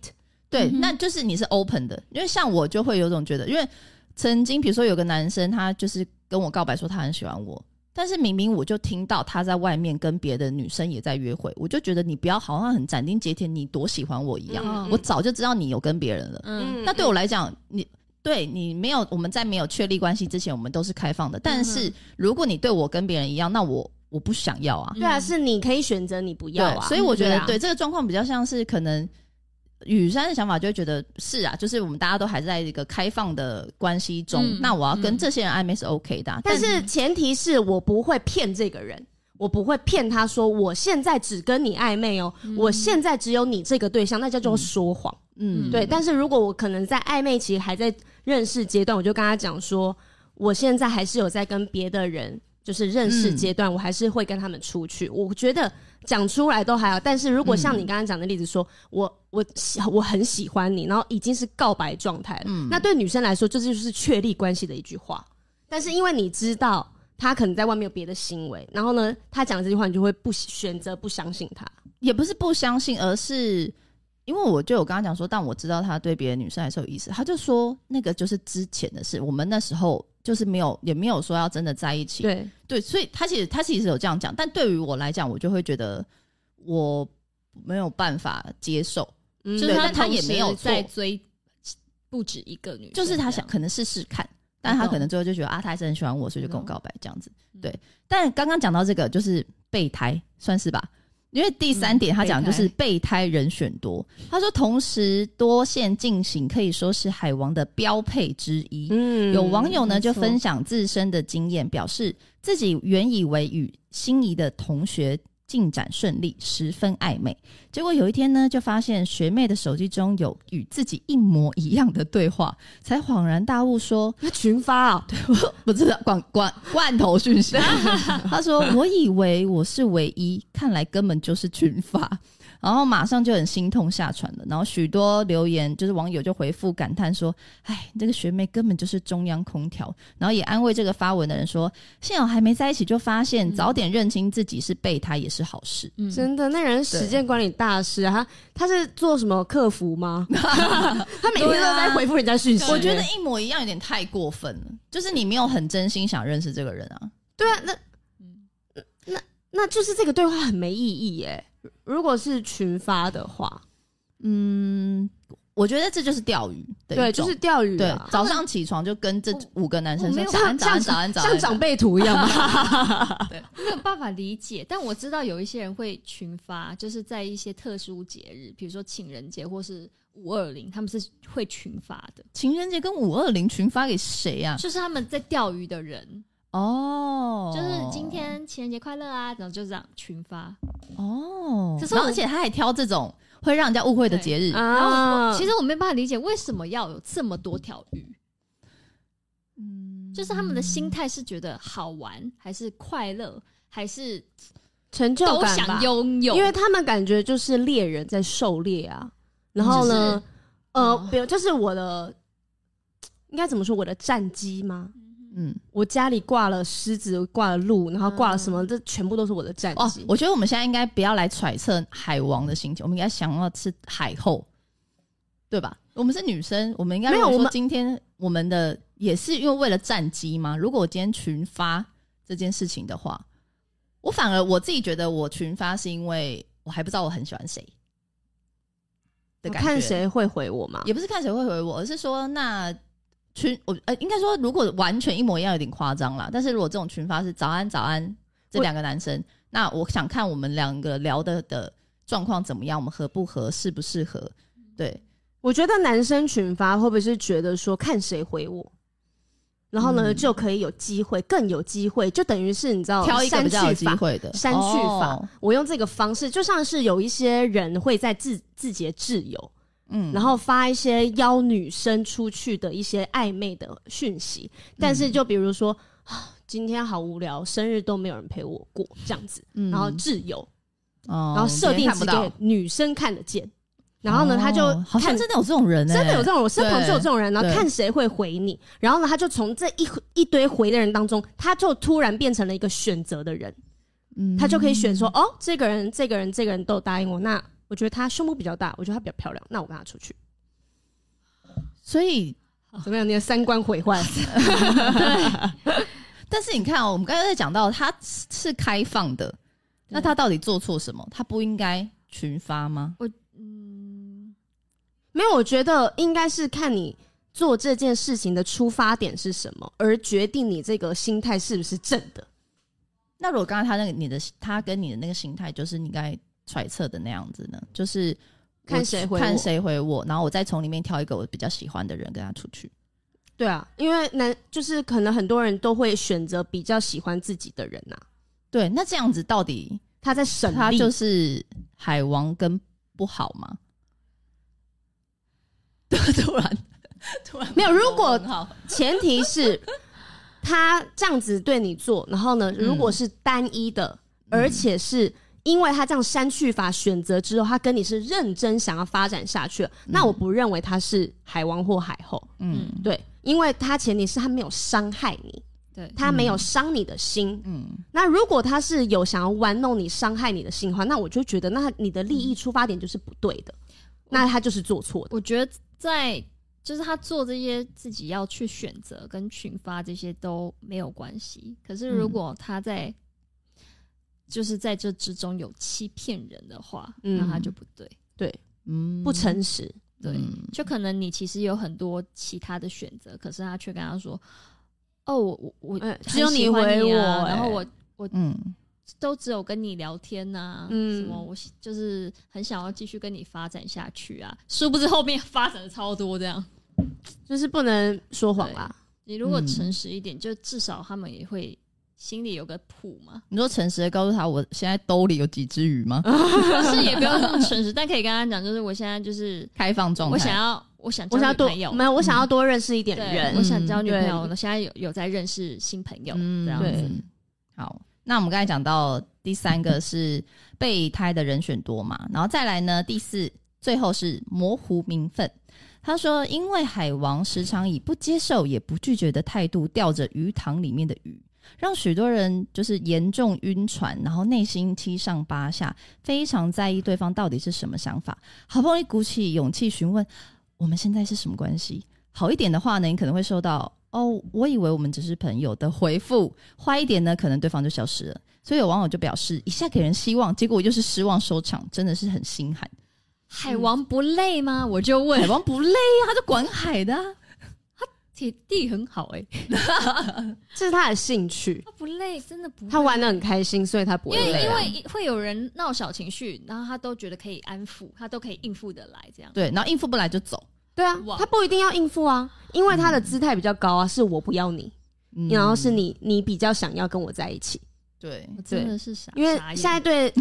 Speaker 3: 对，
Speaker 1: 嗯哼
Speaker 3: 那就是你是 open 的，因为像我就会有种觉得，因为曾经比如说有个男生，他就是跟我告白说他很喜欢我，但是明明我就听到他在外面跟别的女生也在约会，我就觉得你不要好像很斩钉截铁，你多喜欢我一样，
Speaker 1: 嗯
Speaker 3: 我早就知道你有跟别人了。
Speaker 1: 嗯，
Speaker 3: 那对我来讲，你对你没有我们在没有确立关系之前，我们都是开放的。但
Speaker 2: 嗯
Speaker 3: 是如果你对我跟别人一样，那我我不想要
Speaker 1: 嗯
Speaker 3: 啊。
Speaker 2: 对啊，是你可以选择你不
Speaker 3: 对，
Speaker 2: 要啊。
Speaker 3: 所以我觉得
Speaker 2: 啊
Speaker 3: 对,、这个状况比较像是可能。雨山的想法就会觉得是啊，就是我们大家都还在一个开放的关系中，
Speaker 1: 嗯
Speaker 3: 那我要跟
Speaker 1: 嗯
Speaker 3: 这些人暧昧是 OK 的啊、
Speaker 2: 但
Speaker 3: 但
Speaker 2: 是前提是我不会骗这个人，我不会骗他说我现在只跟你暧昧哦，我现在只有你这个对象，那叫做说谎。
Speaker 3: 嗯，
Speaker 2: 对，但是如果我可能在暧昧期还在认识阶段，我就跟他讲说，我现在还是有在跟别的人。就是认
Speaker 3: 嗯
Speaker 2: 识阶段，我还是会跟他们出去。我觉得讲出来都还好，但是如果像
Speaker 3: 嗯
Speaker 2: 你刚刚讲的例子说，我我喜我很喜欢你，然后已经是告白状态了，
Speaker 3: 嗯
Speaker 2: 那对女生来说，这就是确立关系的一句话。但是因为你知道他可能在外面有别的行为，然后呢，他讲这句话，你就会不喜选择不相信他。
Speaker 3: 也不是不相信，而是因为我就有跟他讲说，但我知道他对别的女生还是有意思，他就说那个就是之前的事，我们那时候就是没有也没有说要真的在一起，
Speaker 2: 对，
Speaker 3: 对，所以他其实他其实有这样讲，但对于我来讲，我就会觉得我没有办法接受，
Speaker 2: 嗯
Speaker 1: 就是
Speaker 3: 对
Speaker 1: 他
Speaker 3: 但他
Speaker 1: 同
Speaker 3: 也没
Speaker 1: 时
Speaker 3: 有
Speaker 1: 在
Speaker 3: 错
Speaker 1: 追不止一个女生，
Speaker 3: 就是他想
Speaker 1: 这样
Speaker 3: 可能试试看，但他可能最后就觉得啊，他还是很喜欢我，所以就跟我
Speaker 1: 嗯
Speaker 3: 告白这样子。对，但刚刚讲到这个就是备胎，算是吧。因为第三点，他讲的就是备胎人选多。他说，同时多线进行可以说是海王的标配之一。
Speaker 2: 嗯
Speaker 3: 有网友呢就分
Speaker 2: 享。
Speaker 3: 享自身的经验，表示自己原以为与心仪的同学进展顺利，十分暧昧，结果有一天呢，就发现学妹的手机中有与自己一模一样的对话，才恍然大悟说，
Speaker 2: 他群发啊、
Speaker 3: 不知道罐罐罐头讯 息。他说：“我以为我是唯一，看来根本就是群发。”然后马上就很心痛下船了。然后许多留言就是网友就回复感叹说：“哎，这个学妹根本就是中央空调。”然后也安慰这个发文的人说：“幸好还没在一起就发现，早点认清自己是备胎也是好事。
Speaker 1: 嗯
Speaker 2: 真的，那人
Speaker 3: 对
Speaker 2: 时间管理大师啊，他他是做什么客服吗？他每天都在回复人家讯息、
Speaker 1: 对
Speaker 3: 啊我觉得一模一样有点太过分了，就是你没有很真心想认识这个人啊。
Speaker 2: 对啊，那那那就是这个对话很没意义耶。如果是群发的话，
Speaker 3: 嗯，我觉得这就是钓鱼的一
Speaker 2: 对，
Speaker 3: 种
Speaker 2: 就是钓鱼
Speaker 3: 对
Speaker 2: 啊，，
Speaker 3: 早上起床就跟这五个男生
Speaker 1: 哦我没
Speaker 3: 说
Speaker 1: 有
Speaker 3: 早安早
Speaker 2: 像
Speaker 3: 安早安早安，
Speaker 2: 像长辈图一样吧。
Speaker 1: 没有办法理解，但我知道有一些人会群发，就是在一些特殊节日，比如说情人节或是五二零，他们是会群发的，
Speaker 3: 情人节跟五二零群发给谁呀、
Speaker 1: 就是他们在钓鱼的人，
Speaker 3: 哦，
Speaker 1: 就是今天情人节快乐啊，然后就这样群发。
Speaker 3: 哦，
Speaker 1: 可是
Speaker 3: 然后
Speaker 1: 我
Speaker 3: 而且他还挑这种会让人家误会的节日。
Speaker 1: 然后嗯
Speaker 2: 啊
Speaker 1: 我其实我没办法理解为什么要有这么多条鱼，
Speaker 3: 嗯，
Speaker 1: 就是他们的心态是觉得好玩，还是快乐，还是
Speaker 2: 成就
Speaker 1: 都
Speaker 2: 感吧
Speaker 1: 想拥有？
Speaker 2: 因为他们感觉就是猎人在狩猎啊。然后呢，呃
Speaker 1: 嗯，
Speaker 3: 哦
Speaker 2: 比如就是我的，应该怎么说？我的战机吗？
Speaker 3: 嗯，
Speaker 2: 我家里挂了狮子，挂了鹿，然后挂了什么？
Speaker 1: 嗯
Speaker 2: 这全部都是我的战
Speaker 3: 哦
Speaker 2: 绩，。
Speaker 3: 我觉得我们现在应该不要来揣测海王的心情，我们应该想要是海后，对吧？我们是女生，我们应该
Speaker 2: 没有
Speaker 3: 如果
Speaker 2: 我
Speaker 3: 说
Speaker 2: 们
Speaker 3: 今天我们的也是因为为了战机吗？如果我今天群发这件事情的话，我反而我自己觉得我群发是因为我还不知道我很喜欢谁
Speaker 2: 我
Speaker 3: 的感觉，
Speaker 2: 看谁会回我嘛？
Speaker 3: 也不是看谁会回我，而是说那群我呃，应该说如果完全一模一样有点夸张啦，但是如果这种群发是早安早安这
Speaker 2: 我
Speaker 3: 两个男生，那我想看我们两个聊的的状况怎么样，我们合不合，适不适合？对，
Speaker 2: 我觉得男生群发会不会是觉得说看谁回我，然后呢、
Speaker 3: 嗯
Speaker 2: 就可以有机会，更有机会，就等于是你知道
Speaker 3: 挑一个
Speaker 2: 哦删
Speaker 3: 比较有
Speaker 2: 去
Speaker 3: 机
Speaker 2: 法。
Speaker 3: 会的
Speaker 2: 删去法，
Speaker 3: 哦
Speaker 2: 我用这个方式，就像是有一些人会在自自己的挚友，
Speaker 3: 嗯
Speaker 2: 然后发一些邀女生出去的一些暧昧的讯息，但
Speaker 3: 嗯
Speaker 2: 是就比如说啊，今天好无聊，生日都没有人陪我过这样子，
Speaker 3: 嗯
Speaker 2: 然后挚友，
Speaker 3: 哦
Speaker 2: 然后设定
Speaker 3: 别人看
Speaker 2: 只
Speaker 3: 不到
Speaker 2: 给，女生看得见，然后呢，他就
Speaker 3: 哦好像
Speaker 2: 看
Speaker 3: 真的有这种人、欸，
Speaker 2: 真的有这种人，我身旁就有这种人，然后
Speaker 3: 对
Speaker 2: 看谁会回你，然后呢，他就从这一一堆回的人当中，他就突然变成了一个选择的人，
Speaker 3: 嗯
Speaker 2: 他就可以选说，哦，这个人、这个人、这个人都答应我，那我觉得他胸部比较大，我觉得他比较漂亮，那我跟他出去，
Speaker 3: 所以
Speaker 2: 怎么样？你的三观毁 坏，
Speaker 3: 但是你看哦，我们刚才在讲到他是是开放的，那他到底做错什么？他不应该群发吗？
Speaker 1: 嗯，
Speaker 2: 没有，我觉得应该是看你。做这件事情的出发点是什么，而决定你这个心态是不是正的。
Speaker 3: 那如果刚才他那个你的他跟你的那个心态，就是你刚才揣测的那样子呢？就是我
Speaker 2: 看谁回我
Speaker 3: 看谁回我，然后我再从里面挑一个我比较喜欢的人跟他出去。
Speaker 2: 对啊，因为男就是可能很多人都会选择比较喜欢自己的人啊呐、
Speaker 3: 对，那这样子到底
Speaker 2: 他在省
Speaker 3: 他
Speaker 2: 力，
Speaker 3: 就是海王跟不好吗？ 突然，突然
Speaker 2: 没有如果
Speaker 3: 很好，
Speaker 2: 前提是他这样子对你做，然后呢，
Speaker 3: 嗯
Speaker 2: 如果是单一的，而且是因为他这样删去法选择之后，他跟你是认真想要发展下去了，那我不认为他是海王或海后，
Speaker 3: 嗯
Speaker 2: 对，因为他前提是他没有伤害你，
Speaker 1: 对，
Speaker 2: 他没有伤你的心。
Speaker 3: 嗯，
Speaker 2: 那如果他是有想要玩弄你、伤害你的心的话，那我就觉得那你的利益出发点就是不对
Speaker 3: 嗯
Speaker 2: 的，那他就是做错的。
Speaker 1: 我觉得在就是他做这些自己要去选择跟群发这些都没有关系，可是如果他在、就是在这之中有欺骗人的话，
Speaker 2: 嗯
Speaker 1: 那他就不对。
Speaker 3: 嗯
Speaker 2: 不诚实，
Speaker 1: 对，
Speaker 3: 嗯
Speaker 1: 就可能你其实有很多其他的选择，可是他却跟他说：“哦，我我我
Speaker 2: 嗯，
Speaker 1: 很
Speaker 2: 只有
Speaker 1: 喜
Speaker 2: 你
Speaker 1: 欢
Speaker 2: 回
Speaker 1: 你
Speaker 2: 我、
Speaker 1: 啊然后
Speaker 2: 哎
Speaker 1: 我
Speaker 3: 嗯
Speaker 1: 都只有跟你聊天呐、
Speaker 2: 嗯
Speaker 1: 什么我喜就是很想要继续跟你发展下去啊，殊不知后面发展的超多这样。
Speaker 2: 就是不能说谎啦。
Speaker 1: 你如果
Speaker 3: 嗯。
Speaker 1: 诚实一点，就至少他们也会心里有个谱嘛
Speaker 3: 你说诚实的告诉他，我现在兜里有几只鱼吗？
Speaker 2: 嗯
Speaker 1: 但是也不要那么诚实，但可以跟他讲，就是我现在就是
Speaker 3: 开放状态，
Speaker 1: 我想要，我想交
Speaker 2: 我想要
Speaker 1: 女
Speaker 2: 多
Speaker 1: 朋友，嗯
Speaker 2: 没有，我想要多认识一点
Speaker 1: 对，
Speaker 2: 人。
Speaker 1: 我想交女朋友，
Speaker 2: 嗯对
Speaker 1: 我现在有有在认识新朋友，
Speaker 3: 嗯
Speaker 1: 这样
Speaker 2: 对
Speaker 1: 子。
Speaker 3: 好，那我们刚才讲到第三个是备胎的人选多嘛，然后再来呢，第四最后是模糊名分。他说，因为海王时常以不接受也不拒绝的态度钓着鱼塘里面的鱼。让许多人就是严重晕船，然后内心七上八下，非常在意对方到底是什么想法。好不容易鼓起勇气询问我们现在是什么关系，好一点的话呢，你可能会收到“哦，我以为我们只是朋友”的回复；坏一点呢，可能对方就消失了。所以有网友就表示，一下给人希望，结果又是失望收场，真的是很 心寒。
Speaker 1: 海王不累吗？我就问
Speaker 3: 海，王不累啊，他就管海的、啊，
Speaker 1: 铁弟很好哎、
Speaker 2: 这是他的兴趣，
Speaker 1: 他不累，真的不累
Speaker 2: 他玩的很开心，所以他不
Speaker 1: 因
Speaker 2: 会
Speaker 1: 为
Speaker 2: 累
Speaker 1: 因
Speaker 2: 啊、
Speaker 1: 为会有人闹小情绪，然后他都觉得可以安抚，他都可以应付得来这样。
Speaker 3: 对，然后应付不来就走。
Speaker 2: 对啊
Speaker 1: 哇，
Speaker 2: 他不一定要应付啊，因为
Speaker 1: 嗯
Speaker 2: 他的姿态比较高啊，是我不要你，
Speaker 3: 嗯
Speaker 2: 然后是你，你比较想要跟我在一起，
Speaker 3: 对，
Speaker 1: 我真的是傻，
Speaker 2: 因为
Speaker 1: 傻眼
Speaker 2: 现在 对，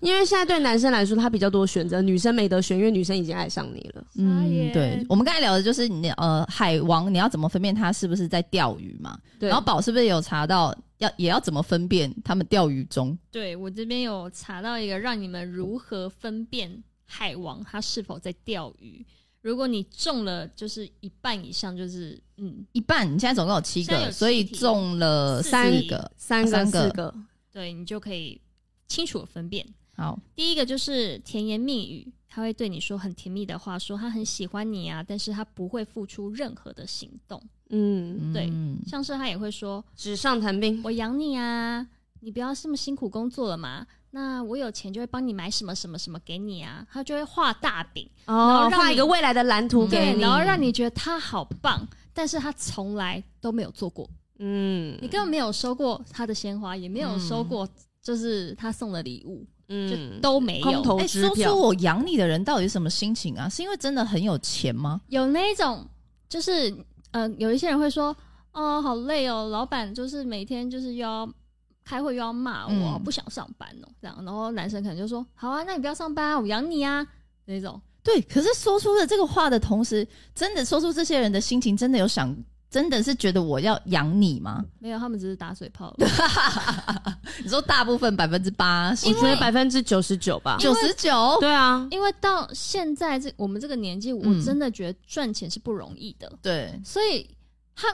Speaker 2: 因为现在对男生来说，他比较多选择，女生没得选，因为女生已经爱上你了。
Speaker 1: 傻眼
Speaker 3: 嗯对，我们刚才聊的就是你呃，海王你要怎么分辨他是不是在钓鱼嘛？
Speaker 2: 对，
Speaker 3: 然后宝是不是有查到要也要怎么分辨他们钓鱼中？
Speaker 1: 对我这边有查到一个让你们如何分辨海王他是否在钓鱼。如果你中了就是一半以上，就是嗯，
Speaker 3: 一半，你现在总共有七
Speaker 1: 现在
Speaker 3: 个，
Speaker 1: 有七
Speaker 3: 所以
Speaker 1: 题
Speaker 3: 中了
Speaker 1: 四
Speaker 3: 四
Speaker 1: 题
Speaker 3: 个。
Speaker 2: 三个、
Speaker 3: 三个
Speaker 2: 四个，
Speaker 1: 对你就可以清楚的分辨。
Speaker 3: 好，
Speaker 1: 第一个就是甜言蜜语，他会对你说很甜蜜的话，说他很喜欢你啊，但是他不会付出任何的行动，
Speaker 2: 嗯，
Speaker 1: 对
Speaker 3: 嗯
Speaker 1: 像是他也会说
Speaker 2: 纸上谈兵。
Speaker 1: 我养你啊，你不要这么辛苦工作了嘛。那我有钱就会帮你买什么什么什么给你啊，他就会画大饼，然
Speaker 2: 哦
Speaker 1: 后，让
Speaker 2: 画
Speaker 1: 你
Speaker 2: 一个未来的蓝图嗯给
Speaker 1: 对，
Speaker 2: 你，
Speaker 1: 然后让你觉得他好棒，但是他从来都没有做过，
Speaker 2: 嗯
Speaker 1: 你根本没有收过他的鲜花，也没有收
Speaker 3: 嗯
Speaker 1: 过就是他送的礼物，就
Speaker 2: 嗯，
Speaker 1: 都没有
Speaker 2: 空。头
Speaker 3: 哎，
Speaker 2: 支
Speaker 3: 说
Speaker 2: 票
Speaker 3: 说。我养你的人到底是什么心情啊？是因为真的很有钱吗？
Speaker 1: 有那一种就是，呃，有一些人会说，哦，好累哦，老板就是每天就是又要开会又要骂我，
Speaker 3: 嗯
Speaker 1: 不想上班哦，这样。然后男生可能就说，好啊，那你不要上班啊，我养你啊，那种。
Speaker 3: 对，可是说出了这个话的同时，真的说出这些人的心情，真的有想，真的是觉得我要养你吗？
Speaker 1: 没有，他们只是打水 泡而已。
Speaker 3: 你说大部分百分之八十
Speaker 2: 我觉得百分之九十九吧。
Speaker 3: 九十九，
Speaker 2: 对啊，
Speaker 1: 因为到现在这我们这个年纪，我
Speaker 3: 嗯
Speaker 1: 真的觉得赚钱是不容易的，
Speaker 3: 对，
Speaker 1: 所以他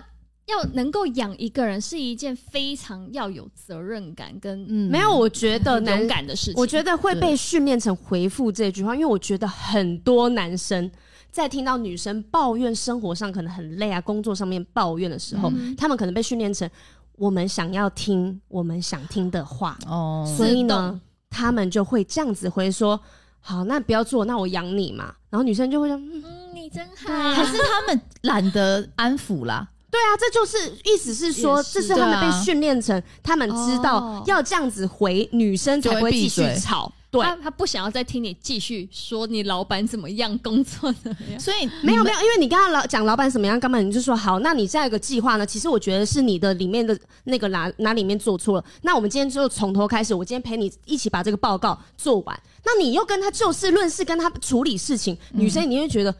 Speaker 1: 要能够养一个人是一件非常要有责任感跟
Speaker 3: 嗯
Speaker 2: 没有，我觉得
Speaker 1: 很
Speaker 2: 男
Speaker 1: 勇，敢的事情。
Speaker 2: 我觉得会被训练成回复这句话，因为我觉得很多男生在听到女生抱怨生活上可能很累啊，工作上面抱怨的时候，
Speaker 1: 嗯
Speaker 2: 他们可能被训练成我们想要听我们想听的话，
Speaker 3: 哦，
Speaker 1: 嗯
Speaker 2: 所以呢，他们就会这样子回说：“好，那不要做，那我养你嘛。”然后女生就会说：“嗯，
Speaker 1: 嗯，你真好，
Speaker 3: 还是他们懒得安抚啦。
Speaker 2: 对啊，这就是意思是说，
Speaker 1: 也是
Speaker 2: 这是他们
Speaker 3: 对
Speaker 2: 被
Speaker 3: 啊
Speaker 2: 训练成，他们知道
Speaker 1: 哦
Speaker 2: 要这样子回女生才不会继续
Speaker 3: 就会闭嘴啊
Speaker 2: 吵。”对，
Speaker 1: 他他不想要再听你继续说你老板怎么样，工作怎么样。
Speaker 3: 所以
Speaker 2: 没有没
Speaker 3: 有，
Speaker 2: 有，因为你刚刚老讲老板什么样，根本你就说好，那你下一个计划呢？其实我觉得是你的里面的那个哪哪里面做错了。那我们今天就从头开始，我今天陪你一起把这个报告做完。那你又跟他就事论事，跟他处理事情，女
Speaker 3: 嗯
Speaker 2: 生你会觉得。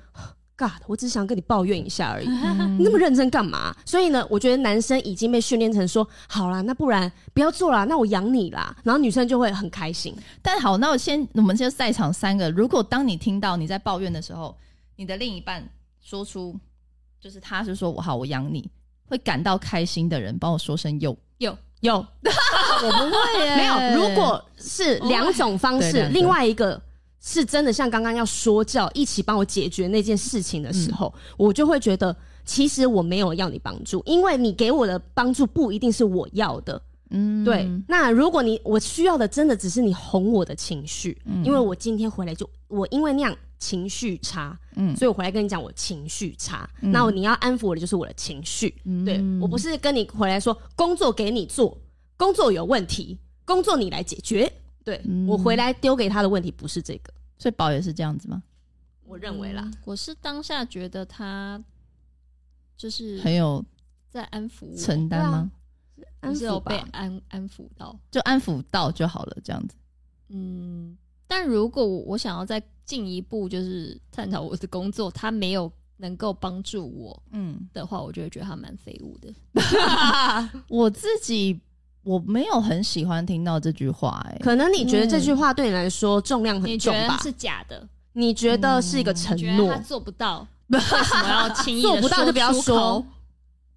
Speaker 2: God，我只想跟你抱怨一下而已，
Speaker 1: 嗯
Speaker 3: 嗯
Speaker 2: 你那么认真干嘛？所以呢，我觉得男生已经被训练成说，好啦，那不然不要做啦，那我养你啦。然后女生就会很开心。
Speaker 3: 但好，那我先，我们先赛场三个。如果当你听到你在抱怨的时候，你的另一半说出，就是他是说我好，我养你，会感到开心的人，帮我说声有。
Speaker 1: 有
Speaker 2: 有，
Speaker 3: 我不 会、哦
Speaker 2: 没有，如果是两种方
Speaker 3: 对
Speaker 2: 式，
Speaker 3: 两种
Speaker 2: 另外一个是真的像刚刚要说教，一起帮我解决那件事情的时候，
Speaker 3: 嗯
Speaker 2: 我就会觉得其实我没有要你帮助，因为你给我的帮助不一定是我要的。
Speaker 3: 嗯
Speaker 2: 对，那如果你我需要的真的只是你哄我的情绪，
Speaker 3: 嗯
Speaker 2: 因为我今天回来就我因为那样情绪差，
Speaker 3: 嗯
Speaker 2: 所以我回来跟你讲我情绪差，那我你要安抚我的就是我的情绪，
Speaker 3: 嗯
Speaker 2: 对我不是跟你回来说工作给你做，工作有问题，工作你来解决，对、
Speaker 3: 嗯
Speaker 2: 我回来丢给他的问题不是这个，
Speaker 3: 所以宝也是这样子吗？
Speaker 2: 我认为啦，
Speaker 1: 嗯我是当下觉得他就是
Speaker 3: 很有
Speaker 1: 在安抚我，
Speaker 3: 承担吗？嗯
Speaker 1: 我是有被
Speaker 2: 吧，
Speaker 1: 安安抚到。
Speaker 3: 就安抚到就好了，这样子。
Speaker 1: 嗯，但如果我我想要再进一步，就是探讨我的工作，他没有能够帮助我
Speaker 3: 嗯，
Speaker 1: 的话，我就会觉得他蛮废物的。
Speaker 3: 我自己我没有很喜欢听到这句话、欸，
Speaker 2: 可能你觉得这句话对你来说重量
Speaker 1: 你
Speaker 2: 很
Speaker 1: 觉
Speaker 2: 重
Speaker 1: 得
Speaker 2: 吧？
Speaker 1: 是假的，
Speaker 2: 你觉得是一个承
Speaker 1: 你觉得
Speaker 2: 诺
Speaker 1: 他？做不 到，为什么要轻易地
Speaker 2: 做不到就不要
Speaker 1: 出口
Speaker 2: 说。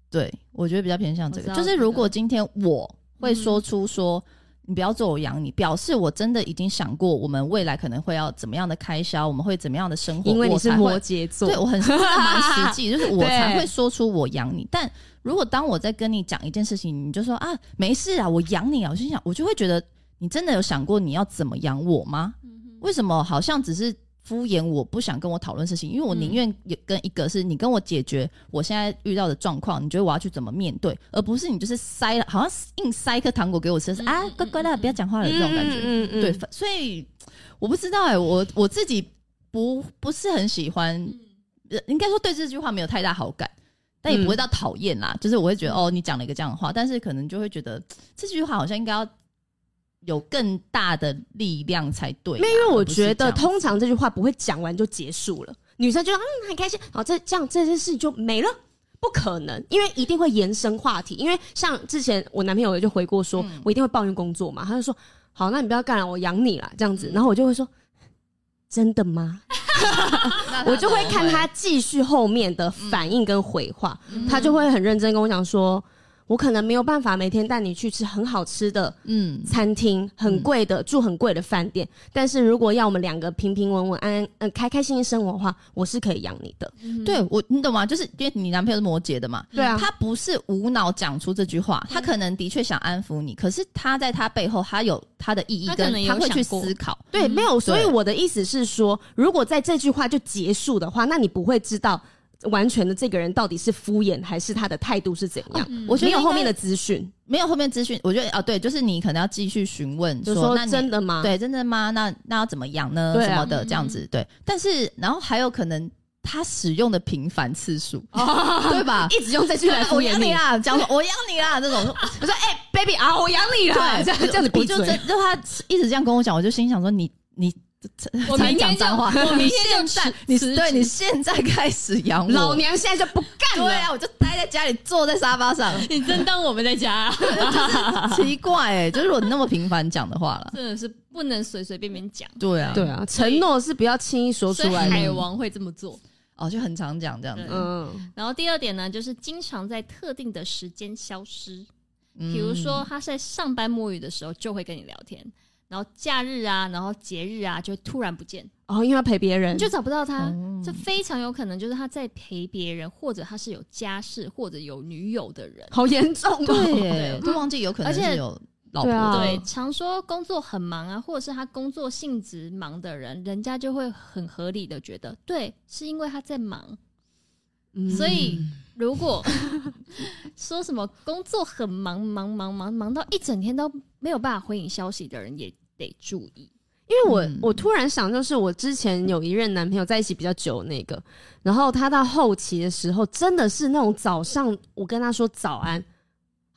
Speaker 3: 对，我觉得比较偏向这
Speaker 1: 我
Speaker 3: 个，
Speaker 1: 知
Speaker 3: 就
Speaker 1: 道
Speaker 3: 是如果今天我会说出说、你不要做我养你，表示我真的已经想过我们未来可能会要怎么样的开销，我们会怎么样的生活，
Speaker 2: 因为你是
Speaker 3: 我才会
Speaker 2: 摩羯座，
Speaker 3: 对我很真的蛮实际，就是我
Speaker 2: 对
Speaker 3: 才会说出我养你。但如果当我在跟你讲一件事情，你就说啊没事啊，我养你啊，我心想我就会觉得你真的有想过你要怎么养我吗？为什么好像只是敷衍我，不想跟我讨论事情？因为我宁愿有跟一个是你跟我解决我现在遇到的状况，你觉得我要去怎么面对，而不是你就是塞了，好像硬塞一颗糖果给我吃，是
Speaker 1: 嗯
Speaker 3: 啊
Speaker 1: 嗯
Speaker 3: 乖乖的
Speaker 1: 嗯
Speaker 3: 不要讲话了这种感觉。
Speaker 2: 嗯
Speaker 3: 对，反所以我不知道哎、我我自
Speaker 2: 嗯
Speaker 3: 己不不是很喜欢，呃应该说对这句话没有太大好感。但也不
Speaker 2: 嗯
Speaker 3: 会到讨厌啦。就是我会觉得哦，你讲了一个这样的话，但是可能就会觉得这句话好像应该要有更大的力量才对啦。
Speaker 2: 因为
Speaker 3: 而
Speaker 2: 我
Speaker 3: 啊不是
Speaker 2: 觉
Speaker 3: 这
Speaker 2: 得
Speaker 3: 样
Speaker 2: 通常这句话不会讲完就结束了，女生就嗯很开心，好这这样这件事就没了。不可能，因为一定会延伸话题。因为像之前我男朋友就回过说，
Speaker 3: 嗯
Speaker 2: 我一定会抱怨工作嘛，他就说好，那你不要干了，我养你啦这样
Speaker 3: 嗯
Speaker 2: 子。然后我就会说，真的吗？
Speaker 3: 那
Speaker 2: 我就会看他继续后面的反应跟回话，
Speaker 1: 嗯
Speaker 3: 嗯
Speaker 2: 他就会很认真跟我讲说，我可能没有办法每天带你去吃很好吃的
Speaker 3: 嗯
Speaker 2: 餐厅，很贵的，住很贵的饭店，但是如果要我们两个平平稳稳、安安、嗯开开心心生活的话，我是可以养你的。
Speaker 1: 嗯
Speaker 3: 对我，你懂吗？就是因为你男朋友是摩羯的嘛，
Speaker 2: 对啊，嗯
Speaker 3: 他不是无脑讲出这句话，他可能的确想安抚你，可是他在他背后，他有他的意义，
Speaker 1: 他可
Speaker 3: 跟
Speaker 1: 能有
Speaker 3: 他会去
Speaker 1: 想过
Speaker 3: 思考。
Speaker 2: 对，没有。所以
Speaker 3: 嗯对
Speaker 2: 我的意思是说，如果在这句话就结束的话，那你不会知道完全的这个人到底是敷衍还是他的态度是怎样。
Speaker 3: 我觉得
Speaker 2: 没有后
Speaker 3: 哦嗯应该
Speaker 2: 面的资讯，
Speaker 3: 没有后面资讯，我觉得啊，对，就是你可能要继续询问
Speaker 2: 就
Speaker 3: 说
Speaker 2: 说
Speaker 3: 那你
Speaker 2: 真的吗？
Speaker 3: 对真的吗？那那要怎么养呢？
Speaker 2: 对啊
Speaker 3: 什么的
Speaker 1: 嗯
Speaker 3: 这样子对，但是然后还有可能他使用的频繁次数， 对吧？
Speaker 2: 一直用这句来敷
Speaker 3: 我
Speaker 2: 衍
Speaker 3: 养
Speaker 2: 你
Speaker 3: 你。啦，讲说我养你啦这 种，
Speaker 2: 我说：“哎、b a b y 啊，我养你啦！”这样这样子
Speaker 3: 我
Speaker 2: 闭
Speaker 3: 就
Speaker 2: 嘴。
Speaker 3: 真就他一直这样跟我讲，我就心想说你你
Speaker 1: 我
Speaker 3: 才
Speaker 1: 明天
Speaker 3: 讲
Speaker 1: 就
Speaker 3: 脏话，
Speaker 1: 我明
Speaker 3: 你
Speaker 1: 天就
Speaker 3: 现在你
Speaker 1: 辞
Speaker 3: 对
Speaker 1: 职
Speaker 3: 你现在开始养我，
Speaker 2: 老娘现在就不干了。
Speaker 3: 对啊，我就待在家里坐在沙发上，
Speaker 1: 你真当我们在家、啊，
Speaker 3: 奇怪哎、 就是如果你那么频繁讲的话了，
Speaker 1: 真的是不能随随便便讲，
Speaker 3: 对啊，
Speaker 2: 对啊，承诺是不要轻易说
Speaker 1: 所
Speaker 2: 出
Speaker 1: 以
Speaker 2: 来
Speaker 1: 海
Speaker 2: 的。
Speaker 1: 王会这么做。
Speaker 3: 哦，就很常讲这样子，
Speaker 2: 嗯，
Speaker 1: 然后第二点呢，就是经常在特定的时间消失，
Speaker 3: 嗯
Speaker 1: 比如说他在上班摸鱼的时候就会跟你聊天，然后假日啊，然后节日啊，就会突然不见，
Speaker 2: 哦，因为要陪别人，
Speaker 1: 你就找不到他。
Speaker 3: 嗯
Speaker 1: 这非常有可能就是他在陪别人，或者他是有家室或者有女友的人。
Speaker 2: 好严重哦。
Speaker 3: 对耶，都忘记有可能
Speaker 1: 而且
Speaker 3: 是有老婆
Speaker 2: 对啊
Speaker 3: 的，
Speaker 1: 对，常说工作很忙啊，或者是他工作性质忙的人，人家就会很合理的觉得，对，是因为他在忙。
Speaker 2: 嗯
Speaker 1: 所以如果说什么工作很忙忙忙忙忙到一整天都没有办法回你消息的人，也得注意。
Speaker 2: 因为我、
Speaker 3: 嗯
Speaker 2: 我突然想，就是我之前有一任男朋友在一起比较久那个，然后他到后期的时候，真的是那种早上我跟他说早安，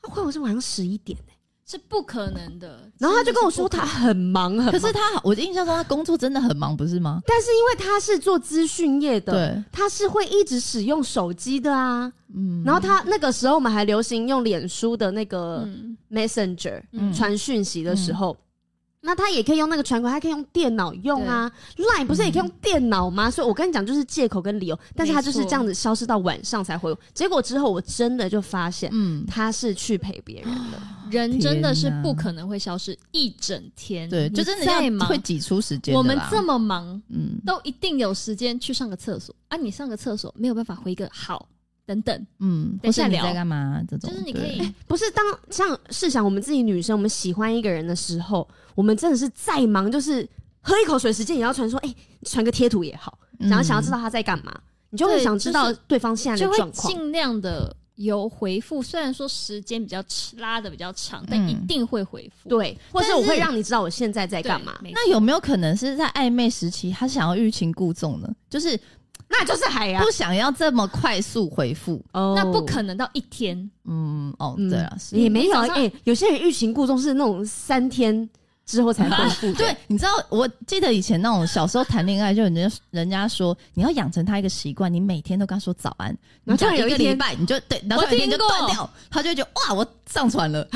Speaker 2: 他回我是晚上十一点、欸、
Speaker 1: 是不可能的，
Speaker 2: 然后他就跟我
Speaker 1: 真
Speaker 2: 说
Speaker 1: 的是
Speaker 2: 他很忙很忙，
Speaker 3: 可是他好，我印象中他工作真的很忙，不是吗？
Speaker 2: 但是因为他是做资讯业的，
Speaker 3: 对，
Speaker 2: 他是会一直使用手机的啊。
Speaker 3: 嗯
Speaker 2: 然后他那个时候我们还流行用脸书的那个
Speaker 1: 嗯
Speaker 2: Messenger
Speaker 1: 嗯
Speaker 2: 传讯息的时候。那他也可以用那个传过来，他可以用电脑用啊。Line 不是也可以用
Speaker 1: 嗯
Speaker 2: 电脑吗？所以我跟你讲，就是借口跟理由。但是他就是这样子消失到晚上才回我。结果之后我真的就发现
Speaker 3: 嗯，
Speaker 2: 他是去陪别人的。
Speaker 1: 人真的是
Speaker 3: 天哪
Speaker 1: 不可能会消失一整天，
Speaker 3: 对，就
Speaker 1: 你
Speaker 3: 真的
Speaker 1: 再
Speaker 3: 要
Speaker 1: 忙
Speaker 3: 会。挤出时间的啦。
Speaker 1: 我们这么忙，
Speaker 3: 嗯
Speaker 1: 都一定有时间去上个厕所啊！你上个厕所没有办法回一个好，等等，
Speaker 3: 嗯，
Speaker 1: 等
Speaker 3: 或
Speaker 1: 一下
Speaker 3: 是你
Speaker 1: 聊
Speaker 3: 在干嘛？这种
Speaker 1: 就是你可以
Speaker 3: 对
Speaker 2: 不是当像试想我们自己女生，我们喜欢一个人的时候，我们真的是再忙，就是喝一口水时间也要传说，哎、传个贴图也好，
Speaker 3: 嗯
Speaker 2: 然后想要知道他在干嘛，你就会
Speaker 1: 嗯对
Speaker 2: 想知
Speaker 1: 就
Speaker 2: 道
Speaker 1: 是
Speaker 2: 对方现在
Speaker 1: 就
Speaker 2: 的状
Speaker 1: 会
Speaker 2: 况。
Speaker 1: 尽量的有回复。虽然说时间比较拉的比较长，但
Speaker 3: 嗯
Speaker 1: 一定会回复。
Speaker 2: 对，或是
Speaker 3: 但
Speaker 2: 我
Speaker 3: 是
Speaker 2: 会让你知道我现在在
Speaker 1: 对，
Speaker 2: 干嘛，
Speaker 1: 没
Speaker 3: 那有没有可能是在暧昧时期，他想要欲擒故纵呢？就是
Speaker 2: 那就是海啊呀、
Speaker 3: 不想要这么快速回复。
Speaker 2: 哦
Speaker 1: 那不可能到一天，
Speaker 3: 嗯，哦，
Speaker 2: 嗯
Speaker 3: 对啊，是
Speaker 2: 也没有
Speaker 1: 早
Speaker 2: 哎、
Speaker 1: 上
Speaker 2: 有些人欲擒故纵是那种三天之后才回复的，
Speaker 3: 对，你知道，我记得以前那种小时候谈恋爱，就人家人家说你要养成他一个习惯，你每天都跟他说早安，
Speaker 2: 然后
Speaker 3: 你
Speaker 2: 突然
Speaker 3: 讲
Speaker 2: 有一
Speaker 3: 一个
Speaker 2: 天
Speaker 3: 礼拜，你就对，然后
Speaker 1: 我
Speaker 3: 突然有
Speaker 1: 听
Speaker 3: 一天就
Speaker 1: 过
Speaker 3: 断掉，他就会觉得哇，我上传了的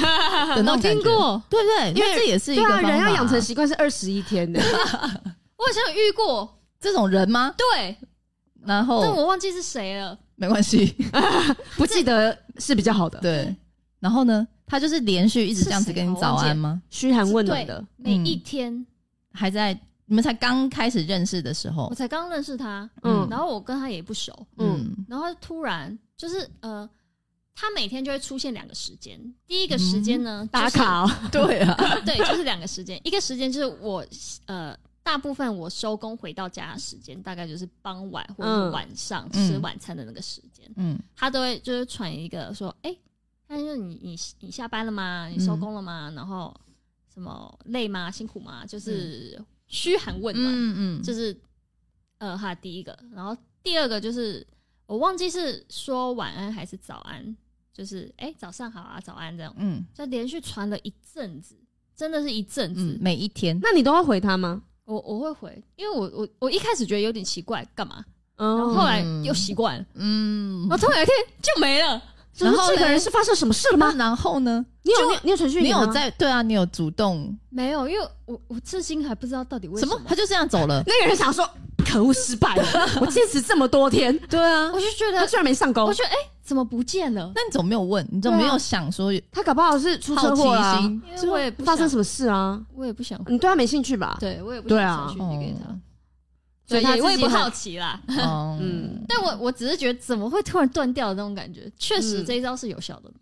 Speaker 1: 我
Speaker 3: 哦那种感
Speaker 1: 听
Speaker 3: 觉，
Speaker 1: 过，
Speaker 3: 对不对？
Speaker 2: 因为
Speaker 3: 那这也是一
Speaker 2: 对
Speaker 3: 个
Speaker 2: 啊，
Speaker 3: 方法
Speaker 2: 人要养成习惯是二十一天 的，
Speaker 1: 我好像遇过，
Speaker 3: 这种人吗？
Speaker 1: 对，
Speaker 3: 然
Speaker 2: 哦
Speaker 1: 但
Speaker 3: 后
Speaker 1: 我忘记是谁了。
Speaker 3: 没关系，
Speaker 2: 不记得是比较好的，
Speaker 3: 对，然后呢，他就是连续一直
Speaker 1: 是
Speaker 3: 这样子
Speaker 1: 谁
Speaker 3: 跟你
Speaker 1: 啊
Speaker 3: 早
Speaker 1: 忘记
Speaker 3: 安吗？
Speaker 2: 嘘寒问暖
Speaker 1: 对
Speaker 3: 嗯
Speaker 2: 的，，
Speaker 1: 每一天，
Speaker 3: 还在你们才刚开始认识的时候
Speaker 1: 我，才刚认识他，
Speaker 2: 嗯
Speaker 1: 然后我跟他也不熟，
Speaker 2: 嗯
Speaker 3: 嗯
Speaker 1: 然后突然就是呃，他每天就会出现两个时间，第一个时间呢、
Speaker 2: 打
Speaker 1: 就是
Speaker 2: 卡、哦。
Speaker 3: 对啊，
Speaker 1: 对，就是两个时间，一个时间就是我呃，大部分我收工回到家的时间，大概就是傍晚或者
Speaker 2: 嗯
Speaker 1: 是晚上吃
Speaker 3: 嗯
Speaker 1: 晚餐的那个时间，
Speaker 3: 嗯
Speaker 1: 他都会就是传一个说，哎、那就是你你你下班了吗？你收
Speaker 3: 嗯
Speaker 1: 工了吗？然后什么累吗？辛苦吗？就是嘘寒问暖，
Speaker 3: 嗯嗯嗯，
Speaker 1: 就是呃，他第一个，然后第二个就是我忘记是说晚安还是早安，就是哎、早上好啊，早安这样，
Speaker 3: 嗯
Speaker 1: 就连续传了一阵子，真的是一阵子
Speaker 3: 嗯，，每一天
Speaker 2: 那你都要回他吗？
Speaker 1: 我我会回，因为我我我一开始觉得有点奇怪，干嘛？然后
Speaker 2: 哦，
Speaker 1: 后来又习惯了，
Speaker 3: 嗯
Speaker 1: 然后突然有一天就没了。
Speaker 2: 然
Speaker 3: 然后
Speaker 2: 后这个
Speaker 3: 嘞
Speaker 2: 人是发生什么事了吗？
Speaker 3: 那然后呢？
Speaker 2: 你有你有你有程序
Speaker 3: 你
Speaker 2: 员吗？
Speaker 3: 有在对啊？你有主动
Speaker 1: 没有，因为我我至今还不知道到底为
Speaker 3: 什
Speaker 1: 么
Speaker 3: 么？，他就这样走 了
Speaker 2: 那个人想说，可恶，失败了， 我坚持这么多天，
Speaker 3: 对啊
Speaker 1: 我就觉
Speaker 2: 他
Speaker 1: 得，
Speaker 2: 居然没上钩
Speaker 1: 我。觉得哎、怎么不见了？
Speaker 3: 那你怎么没有问？你怎么没有想说
Speaker 2: 他搞不好是出
Speaker 3: 好
Speaker 2: 车
Speaker 3: 奇
Speaker 2: 祸啊，
Speaker 3: 心？
Speaker 1: 因为我也不
Speaker 2: 发生
Speaker 1: 想
Speaker 2: 什么事啊？
Speaker 1: 我也不想，
Speaker 2: 你对他没兴趣吧？
Speaker 1: 对我哦也不
Speaker 2: 对
Speaker 1: 想
Speaker 2: 啊
Speaker 1: 传讯息给他，
Speaker 2: 所以他
Speaker 1: 也我也
Speaker 2: 自
Speaker 1: 不
Speaker 2: 己很
Speaker 1: 好奇 啦。
Speaker 3: 哦，嗯，
Speaker 2: 嗯，
Speaker 1: 但我我只是觉得怎么会突然断掉的那种感觉，确实
Speaker 2: 嗯
Speaker 1: 这一招是有效的，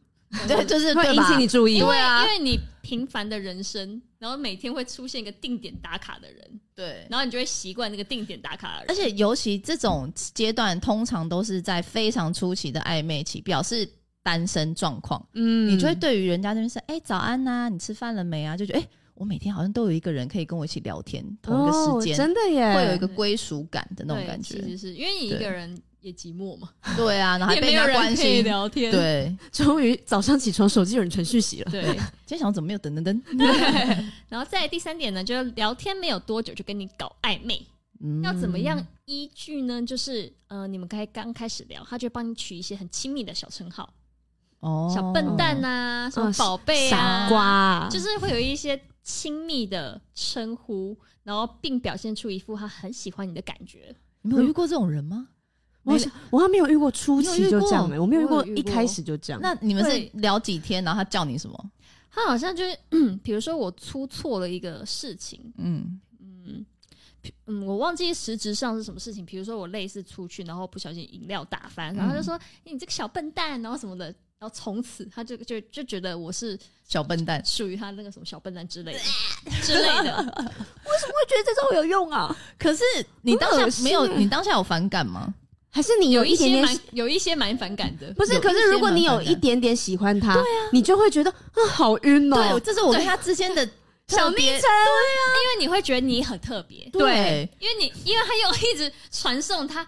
Speaker 3: 对， 就是
Speaker 2: 会
Speaker 3: 对
Speaker 2: 引
Speaker 3: 吧
Speaker 2: 起？你注意，
Speaker 1: 因为、因为你平凡的人生，然后每天会出现一个定点打卡的人，
Speaker 3: 对。
Speaker 1: 然后你就会习惯那个定点打卡的人，
Speaker 3: 而且尤其这种阶段，通常都是在非常初期的暧昧期，表示单身状况，
Speaker 2: 嗯
Speaker 3: 你就会对于人家那边说：“哎、早安呐、你吃饭了没啊？”就觉得哎、我每天好像都有一个人可以跟我一起聊天，同一个时
Speaker 2: 哦、
Speaker 3: 间、
Speaker 2: 真的耶，
Speaker 3: 会有一个归属感的那种
Speaker 1: 对
Speaker 3: 感
Speaker 1: 其
Speaker 3: 觉。
Speaker 1: 实是因为你一
Speaker 3: 对
Speaker 1: 个人也寂寞嘛，
Speaker 3: 对啊，然后还
Speaker 1: 也
Speaker 3: 被
Speaker 1: 没有
Speaker 3: 人家
Speaker 1: 人
Speaker 3: 关
Speaker 1: 可以
Speaker 3: 心。
Speaker 1: 聊天，
Speaker 3: 对，
Speaker 2: 终于早上起床，手机有人传讯息了。
Speaker 1: 对。
Speaker 3: 今天想怎么没有等等等？
Speaker 1: 然后再来第三点呢，就是聊天没有多久就跟你搞暧昧，
Speaker 3: 嗯
Speaker 1: 要怎么样依据呢？就是呃，你们开刚开始聊，他就帮你取一些很亲密的小称号，
Speaker 3: 哦
Speaker 1: 小笨蛋啊呐、什么
Speaker 2: 嗯
Speaker 1: 宝贝
Speaker 2: 傻
Speaker 1: 啊，
Speaker 2: 瓜、啊，
Speaker 1: 就是会有一些亲密的称呼，然后并表现出一副他很喜欢你的感觉。
Speaker 3: 你们有遇过这种人吗？
Speaker 2: 我想我还没有遇过初期就这样、
Speaker 3: 你
Speaker 2: 欸，我没有遇
Speaker 1: 我
Speaker 2: 过
Speaker 1: 有遇
Speaker 2: 一
Speaker 1: 过
Speaker 2: 开始就这样。
Speaker 3: 那你们是
Speaker 1: 会
Speaker 3: 聊几天，然后他叫你什么？
Speaker 1: 他好像就是， 嗯比如说我出错了一个事情，
Speaker 3: 嗯，
Speaker 1: 嗯。嗯，我忘记实质上是什么事情。比如说，我类似出去，然后不小心饮料打翻，然后
Speaker 2: 嗯
Speaker 1: 他就说、你这个小笨蛋，然后什么的，然后从此他就就就觉得我是
Speaker 3: 小笨蛋。
Speaker 1: 属于他那个什么小笨蛋 之类的之类的。
Speaker 2: 我觉得这招有用啊，
Speaker 3: 可是你当
Speaker 2: 很
Speaker 3: 下
Speaker 2: 恶心
Speaker 3: 没有，
Speaker 2: 欸
Speaker 3: 你当下有反感吗？
Speaker 2: 还是你有
Speaker 1: 有一
Speaker 2: 一点
Speaker 1: 些
Speaker 2: 点
Speaker 1: 蛮有一些蛮反感的，
Speaker 2: 不是？
Speaker 3: 有
Speaker 2: 可
Speaker 3: 一些
Speaker 2: 是如果你
Speaker 3: 蛮
Speaker 2: 有
Speaker 3: 反
Speaker 2: 一
Speaker 3: 感
Speaker 2: 点点喜欢他，你就会觉得啊，好晕哦、
Speaker 3: 对，这是我跟他之间的
Speaker 2: 小
Speaker 3: 特别
Speaker 2: 昵称
Speaker 1: 啊因为你会觉得你很特别，
Speaker 3: 对，
Speaker 1: 因为你因为他又一直传送他，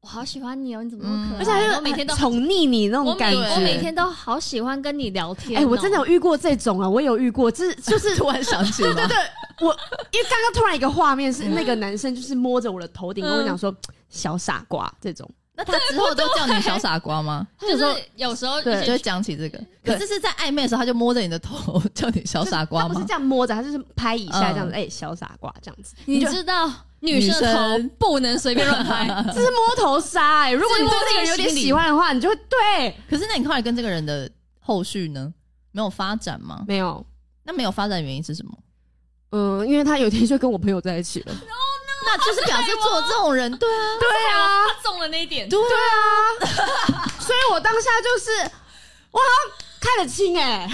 Speaker 1: 我好喜欢你哦，你怎么那么可爱？
Speaker 3: 嗯
Speaker 2: 而且还
Speaker 1: 我
Speaker 2: 有
Speaker 1: 每天都
Speaker 2: 宠溺你那
Speaker 1: 我
Speaker 2: 种感
Speaker 1: 每
Speaker 2: 觉。
Speaker 1: 我每天都好喜欢跟你聊天、哦
Speaker 2: 哎、我真的有。遇过这种啊，我有遇过，这就是
Speaker 3: 突然想起来，对对
Speaker 2: 我，因为刚刚突然一个画面是那个男生就是摸着我的头顶
Speaker 1: 嗯
Speaker 2: 跟我讲说“小傻瓜”这种，
Speaker 3: 那他之后都叫你小傻瓜吗？
Speaker 1: 就是有时候
Speaker 2: 对
Speaker 3: 就会讲起这个，
Speaker 2: 对
Speaker 3: 可是是在暧昧的时候，他就摸着你的头叫你小傻瓜
Speaker 2: 他不
Speaker 3: 吗
Speaker 2: 是？这样摸着，他就是拍一下这样子，
Speaker 3: 嗯
Speaker 2: 哎、小傻瓜这样子，
Speaker 1: 你
Speaker 2: 就
Speaker 1: 知道女生的
Speaker 3: 女
Speaker 1: 头
Speaker 3: 生
Speaker 1: 不能随便乱 拍，
Speaker 2: 这是摸头杀哎、如果你对这个人有点喜欢的话，你就会对
Speaker 3: 可是那你后来跟这个人的后续呢？没有发展吗？
Speaker 2: 没有。
Speaker 3: 那没有发展的原因是什么？
Speaker 2: 嗯，因为他有一天就跟我朋友在一起了。
Speaker 3: 那就是表示做这种人，对啊，
Speaker 2: 对啊，
Speaker 1: 她中了那一点。
Speaker 2: 对啊，所以我当下就是我好像看得清哎、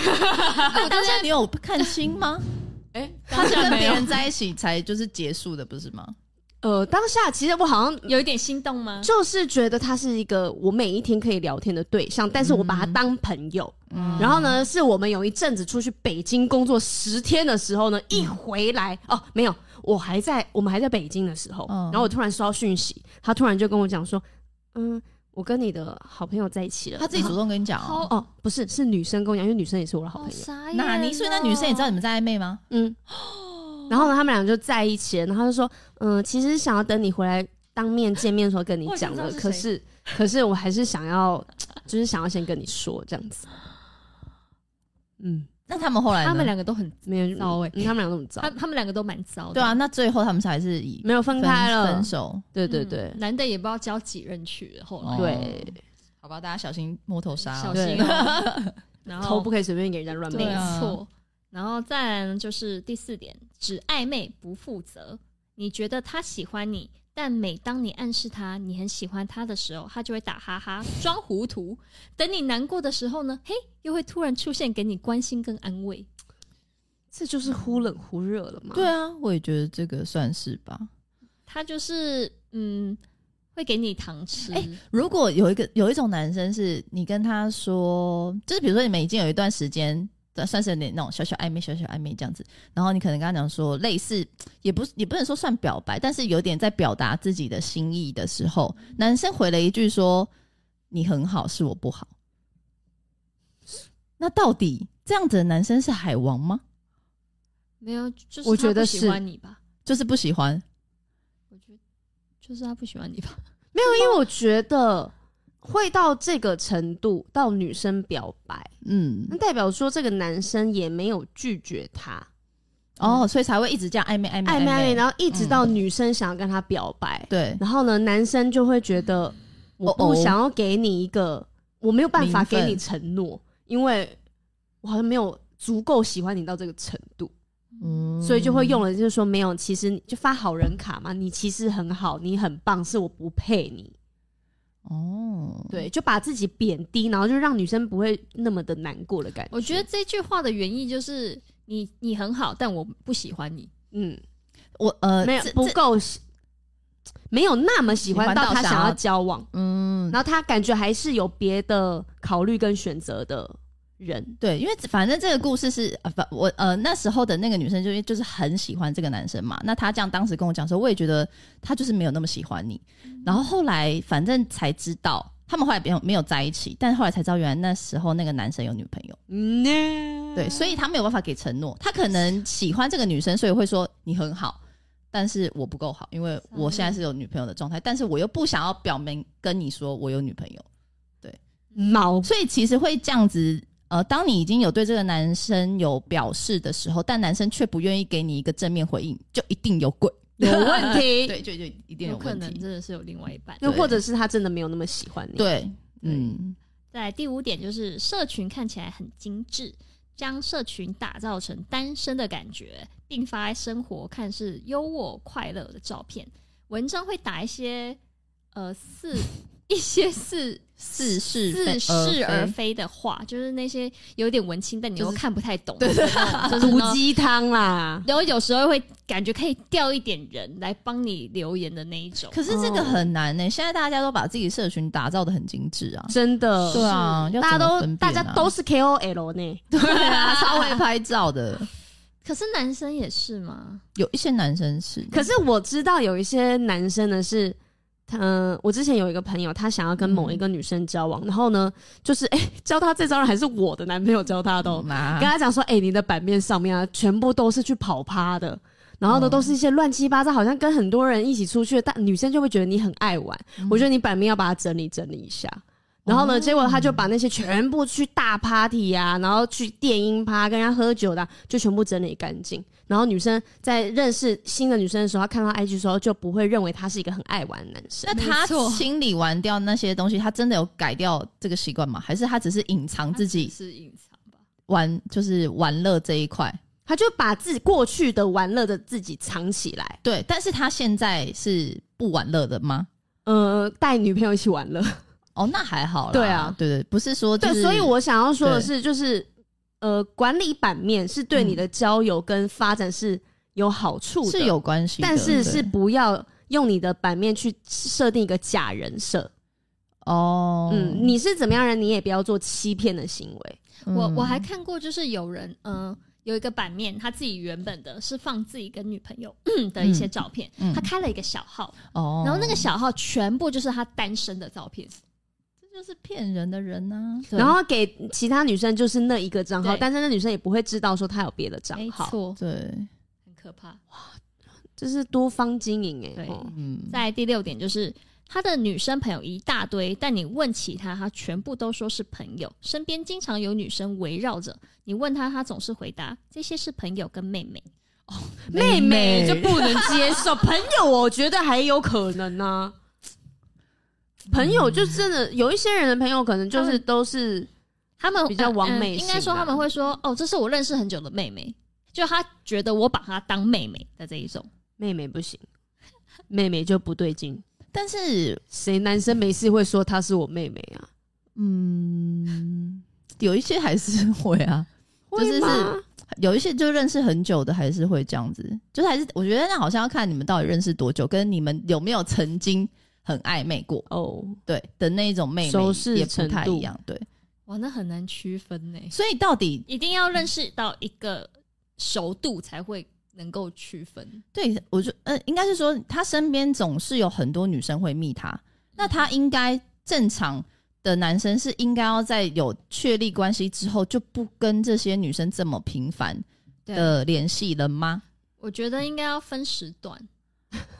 Speaker 3: 那当下你有看清 吗？
Speaker 1: 哎，啊
Speaker 3: 他
Speaker 1: 当
Speaker 3: 是
Speaker 1: 下
Speaker 3: 跟
Speaker 1: 没
Speaker 3: 别
Speaker 1: 有
Speaker 3: 人在一起才就是结束的，不是吗？
Speaker 2: 呃，当下其实我好像
Speaker 1: 有一点心动吗？
Speaker 2: 就是觉得他是一个我每一天可以聊天的对象，但是我把他当朋友。
Speaker 3: 嗯
Speaker 2: 然后呢，是我们有一阵子出去北京工作十天的时候呢，一回来哦，没有，我还在我们还在北京的时候，
Speaker 3: 嗯
Speaker 2: 然后我突然收到讯息，他突然就跟我讲说，嗯，我跟你的好朋友在一起了。
Speaker 3: 他自己
Speaker 2: 然
Speaker 3: 主
Speaker 2: 后
Speaker 3: 动跟你讲哦，
Speaker 2: 哦，不是，是女生跟我讲，因为女生也是我的好朋友。
Speaker 1: 哦傻
Speaker 3: 那你所以那女生也知道你们在暧昧吗？
Speaker 2: 嗯，然后呢，他们俩就在一起了，然后他就说，嗯，其实想要等你回来当面见面的时候跟你
Speaker 1: 我已经
Speaker 2: 讲
Speaker 1: 知道
Speaker 2: 的，
Speaker 1: 是
Speaker 2: 可
Speaker 1: 谁
Speaker 2: 是可是我还是想要，就是想要先跟你说这样子。嗯，
Speaker 3: 那他们后来呢
Speaker 1: 他们两个都很
Speaker 2: 没有
Speaker 1: 糟欸
Speaker 2: 嗯他们俩都很糟
Speaker 1: 他，他们两个都蛮糟的，
Speaker 3: 对啊，那最后他们还是以
Speaker 2: 没有分
Speaker 3: 分
Speaker 2: 开了
Speaker 3: 分。手。
Speaker 2: 对
Speaker 1: 嗯，
Speaker 2: 对对
Speaker 1: 男的也不知道交几任去了，后来
Speaker 3: 哦
Speaker 2: 对，
Speaker 3: 好吧，大家小心摸头杀、
Speaker 1: 小
Speaker 3: 哦。
Speaker 1: 心哦， 然后
Speaker 2: 头不可以随便给人家乱
Speaker 1: 没
Speaker 3: 对
Speaker 2: 摸。
Speaker 3: 啊
Speaker 1: 错。然后再来呢，就是第四点，只暧昧不负责。你觉得他喜欢你，但每当你暗示他你很喜欢他的时候，他就会打哈哈， 装糊涂。等你难过的时候呢，嘿，又会突然出现给你关心跟安慰。
Speaker 2: 这就是忽冷忽热了嘛。
Speaker 3: 对啊，我也觉得这个算是吧。
Speaker 1: 他就是嗯，会给你糖吃。
Speaker 3: 哎如果有一个有一种男生是你跟他说，就是比如说你们已经有一段时间对，算是有点那种小小暧昧、小小暧昧这样子。然后你可能跟他讲说，类似也不也不能说算表白，但是有点在表达自己的心意的时候，男生回了一句说：“你很好，是我不好。”那到底这样子的男生是海王吗？
Speaker 1: 没有，就是
Speaker 2: 我
Speaker 1: 他
Speaker 2: 觉
Speaker 1: 不
Speaker 2: 得
Speaker 1: 喜
Speaker 2: 是
Speaker 1: 欢你吧，
Speaker 3: 就是不喜欢，
Speaker 1: 我觉得就是他不喜欢你 吧。
Speaker 2: 没有，因为我觉得会到这个程度，到女生表白，
Speaker 3: 嗯，
Speaker 2: 那代表说这个男生也没有拒绝她，
Speaker 3: 哦，所以才会一直这样暧昧、暧昧、
Speaker 2: 嗯暧昧嗯暧昧，嗯
Speaker 3: 昧。
Speaker 2: 然后一直到女生想要跟他表白，
Speaker 3: 对，
Speaker 2: 然后呢，男生就会觉得我
Speaker 3: 哦
Speaker 2: 不
Speaker 3: 哦
Speaker 2: 想要给你一个，我没有办法
Speaker 3: 名分
Speaker 2: 给你承诺，因为我好像没有足够喜欢你到这个程度，
Speaker 3: 嗯
Speaker 2: 所以就会用了，就是说没有，其实你就发好人卡嘛，你其实很好，你很棒，是我不配你，
Speaker 3: 哦，
Speaker 2: 对，就把自己贬低，然后就让女生不会那么的难过的感觉。
Speaker 1: 我觉得，这句话的原意就是你你很好，但我不喜欢你。
Speaker 2: 嗯，
Speaker 3: 我呃
Speaker 2: 没有
Speaker 3: 这
Speaker 2: 不
Speaker 3: 这
Speaker 2: 够喜，没有那么喜
Speaker 3: 喜
Speaker 2: 欢
Speaker 3: 欢
Speaker 2: 到
Speaker 3: 到
Speaker 2: 他
Speaker 3: 想
Speaker 2: 想要
Speaker 3: 要
Speaker 2: 交往，
Speaker 3: 嗯，
Speaker 2: 然后他感觉还是有别的考虑跟选择的人。
Speaker 3: 对，因为反正这个故事是，呃，反我呃那时候的那个女生就是就是很喜欢这个男生嘛，那她这样当时跟我讲说，我也觉得她就是没有那么喜欢你，然后后来反正才知道，他们后来没有没有在一起，但后来才知道原来那时候那个男生有女朋友，
Speaker 2: 嗯，
Speaker 3: 对，所以他没有办法给承诺，他可能喜欢这个女生，所以会说你很好，但是我不够好，因为我现在是有女朋友的状态，但是我又不想要表明跟你说我有女朋友。
Speaker 2: 毛
Speaker 3: 嗯所以其实会这样子，呃，当你已经有对这个男生有表示的时候，但男生却不愿意给你一个正面回应，就一定有鬼，
Speaker 2: 有问题，
Speaker 3: 对，就就一定
Speaker 1: 有可
Speaker 3: 问
Speaker 1: 能
Speaker 3: 题，
Speaker 1: 真的是有另外一半。
Speaker 2: 又
Speaker 3: 对
Speaker 2: 或者是他真的没有那么喜欢你。，
Speaker 3: 对，嗯，
Speaker 1: 再来第五点就是社群看起来很精致，将社群打造成单身的感觉，并发生活看似优渥快乐的照片。文章会打一些呃似一些似
Speaker 3: 似 是呃
Speaker 1: 似
Speaker 3: 非
Speaker 1: 是而
Speaker 3: 非
Speaker 1: 非的话，就是那些有点文青，但你又
Speaker 3: 就是
Speaker 1: 看不太懂的那种，就是
Speaker 2: 毒
Speaker 1: 那种
Speaker 2: 鸡汤啦，
Speaker 1: 然后有时候会感觉可以调一点人来帮你留言的那一种。
Speaker 3: 可是这个很难呢、欸现在大家都把自己社群打造的很精致啊，
Speaker 2: 真
Speaker 3: 对
Speaker 2: 的，
Speaker 3: 啊，要
Speaker 2: 大家
Speaker 3: 怎么
Speaker 2: 都
Speaker 3: 分辨
Speaker 2: 大
Speaker 3: 啊
Speaker 2: 家都是 KOL 呢。
Speaker 3: 对啊，超会拍照的，
Speaker 1: 可是男生也是吗？
Speaker 3: 有一些男生是，
Speaker 2: 可是我知道有一些男生呢是，嗯、我之前有一个朋友，他想要跟某一个女生交往，然后呢，就是哎、教他这招人还是我的男朋友教他的、哦，
Speaker 3: 嘛
Speaker 2: 跟他讲说，哎、你的版面上面啊，全部都是去跑趴的。然后呢，
Speaker 3: 嗯
Speaker 2: 都是一些乱七八糟，好像跟很多人一起出去，但女生就会觉得你很爱玩。我觉得你版面要把它整理整理一下。然后呢，结果他就把那些全部去大 party 啊，然后去电音趴跟人家喝酒的啊、就全部整理干净。然后女生在认识新的女生的时候，她看到 IG 的时候，就不会认为他是一个很爱玩的男生。
Speaker 3: 那他
Speaker 1: 没错
Speaker 3: 清理完掉那些东西，他真的有改掉这个习惯吗？还是他只是隐藏自己
Speaker 1: 是隐藏吧？
Speaker 3: 玩，就是玩乐这一块？
Speaker 2: 他就把自己过去的玩乐的自己藏起来，
Speaker 3: 对，但是他现在是不玩乐的吗？
Speaker 2: 呃，带女朋友一起玩乐。
Speaker 3: 哦，那还好啦。
Speaker 2: 对啊
Speaker 3: 对对，不是说、就是、
Speaker 2: 对，所以我想要说的是，就是呃，管理版面是对你的交友跟发展是有好处的，
Speaker 3: 嗯是有关系的，
Speaker 2: 但是
Speaker 3: 对
Speaker 2: 是不要用你的版面去设定一个假人设。
Speaker 3: 哦，
Speaker 2: 嗯，你是怎么样人，你也不要做欺骗的行为。
Speaker 3: 嗯
Speaker 1: 我我还看过，就是有人嗯、呃有一个版面，他自己原本的是放自己跟女朋友的一些照片，
Speaker 3: 嗯
Speaker 1: 他开了一个小号，
Speaker 3: 哦，
Speaker 1: 然后那个小号全部就是他单身的照片，
Speaker 3: 这就是骗人的人呢、啊。对
Speaker 2: 然后给其他女生就是那一个账号，
Speaker 1: 对
Speaker 2: 但是那女生也不会知道说她有别的账
Speaker 1: 没
Speaker 2: 号，
Speaker 1: 错，
Speaker 3: 对，
Speaker 1: 很可怕。
Speaker 2: 这是多方经营哎、
Speaker 1: 对
Speaker 2: 哦
Speaker 3: 嗯，
Speaker 1: 在第六点就是。他的女生朋友一大堆，但你问起他，他全部都说是朋友。身边经常有女生围绕着你，问他，他总是回答这些是朋友跟妹妹。
Speaker 2: 妹妹就不能接受，朋友我觉得还有可能呢、朋友就真的有一些人的朋友，可能就
Speaker 1: 他
Speaker 2: 是
Speaker 1: 们
Speaker 2: 都是
Speaker 1: 他们
Speaker 2: 比较完美
Speaker 1: 呃
Speaker 2: 型啊
Speaker 1: 应该说他们会说哦，这是我认识很久的妹妹，就他觉得我把她当妹妹的这一种，
Speaker 2: 妹妹不行，妹妹就不对劲。
Speaker 3: 但是
Speaker 2: 谁男生没事会说她是我妹妹啊？
Speaker 3: 嗯，有一些还是会啊，就是
Speaker 2: 会
Speaker 3: 是
Speaker 2: 吗
Speaker 3: 有一些就认识很久的，还是会这样子，就是还是我觉得那好像要看你们到底认识多久，跟你们有没有曾经很暧昧过，
Speaker 2: 哦，
Speaker 3: 对的那一种妹妹
Speaker 2: 熟识
Speaker 3: 也不太
Speaker 2: 程度
Speaker 3: 一样，对，
Speaker 1: 哇，那很难区分呢，
Speaker 3: 所以到底
Speaker 1: 一定要认识到一个熟度才会能够区分。
Speaker 3: 对我就呃，应该是说他身边总是有很多女生会密
Speaker 1: 嗯
Speaker 3: 他，那他应该正常的男生是应该要在有确立关系之后就不跟这些女生这么频繁
Speaker 1: 对，
Speaker 3: 的联系了 吗？
Speaker 1: 我觉得应该要分时段，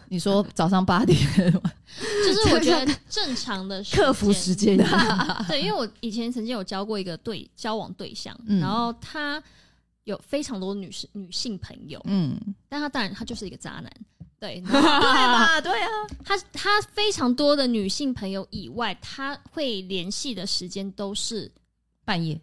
Speaker 3: 你说早上八点，
Speaker 1: 就是我觉得正常的
Speaker 2: 克服
Speaker 1: 时
Speaker 2: 时间压力
Speaker 1: 对，因为我以前曾经有交过一个对交往对象，
Speaker 3: 嗯
Speaker 1: 然后他有非常多女士女性朋友，
Speaker 3: 嗯，
Speaker 1: 但他当然他就是一个渣男，对，然 后他？
Speaker 3: 对啊，
Speaker 1: 他他非常多的女性朋友以外，他会联系的时间都是
Speaker 3: 半夜。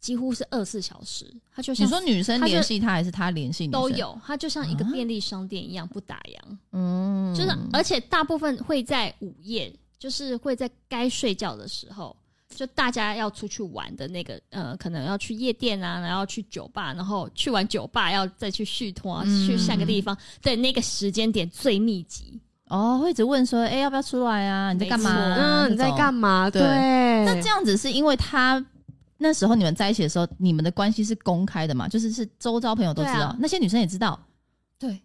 Speaker 1: 几乎是二十四小时，他就
Speaker 3: 你
Speaker 1: 像
Speaker 3: 说女生
Speaker 1: 他就
Speaker 3: 联系他，还是他联系女生
Speaker 1: 都？有，他就像一个
Speaker 3: 啊
Speaker 1: 便利商店一样不打烊，
Speaker 3: 嗯，
Speaker 1: 就是而且大部分会在午夜，就是会在该睡觉的时候，就大家要出去玩的那个呃，可能要去夜店啊，然后去酒吧，然后去完酒吧要再去续托、啊，
Speaker 3: 嗯
Speaker 1: 去下个地方，对那个时间点最密集。
Speaker 3: 哦，会一直问说，哎、要不要出来啊？你在干嘛、
Speaker 1: 没错
Speaker 2: 嗯，你在干
Speaker 3: 嘛？
Speaker 2: 嘛？
Speaker 3: 对
Speaker 2: 对，
Speaker 1: 嗯
Speaker 3: 那这样子是因为他那时候你们在一起的时候，你们的关系是公开的嘛？就是是周遭朋友都知
Speaker 1: 对
Speaker 3: 道，
Speaker 1: 啊
Speaker 3: 那些女生也知道。
Speaker 1: 对，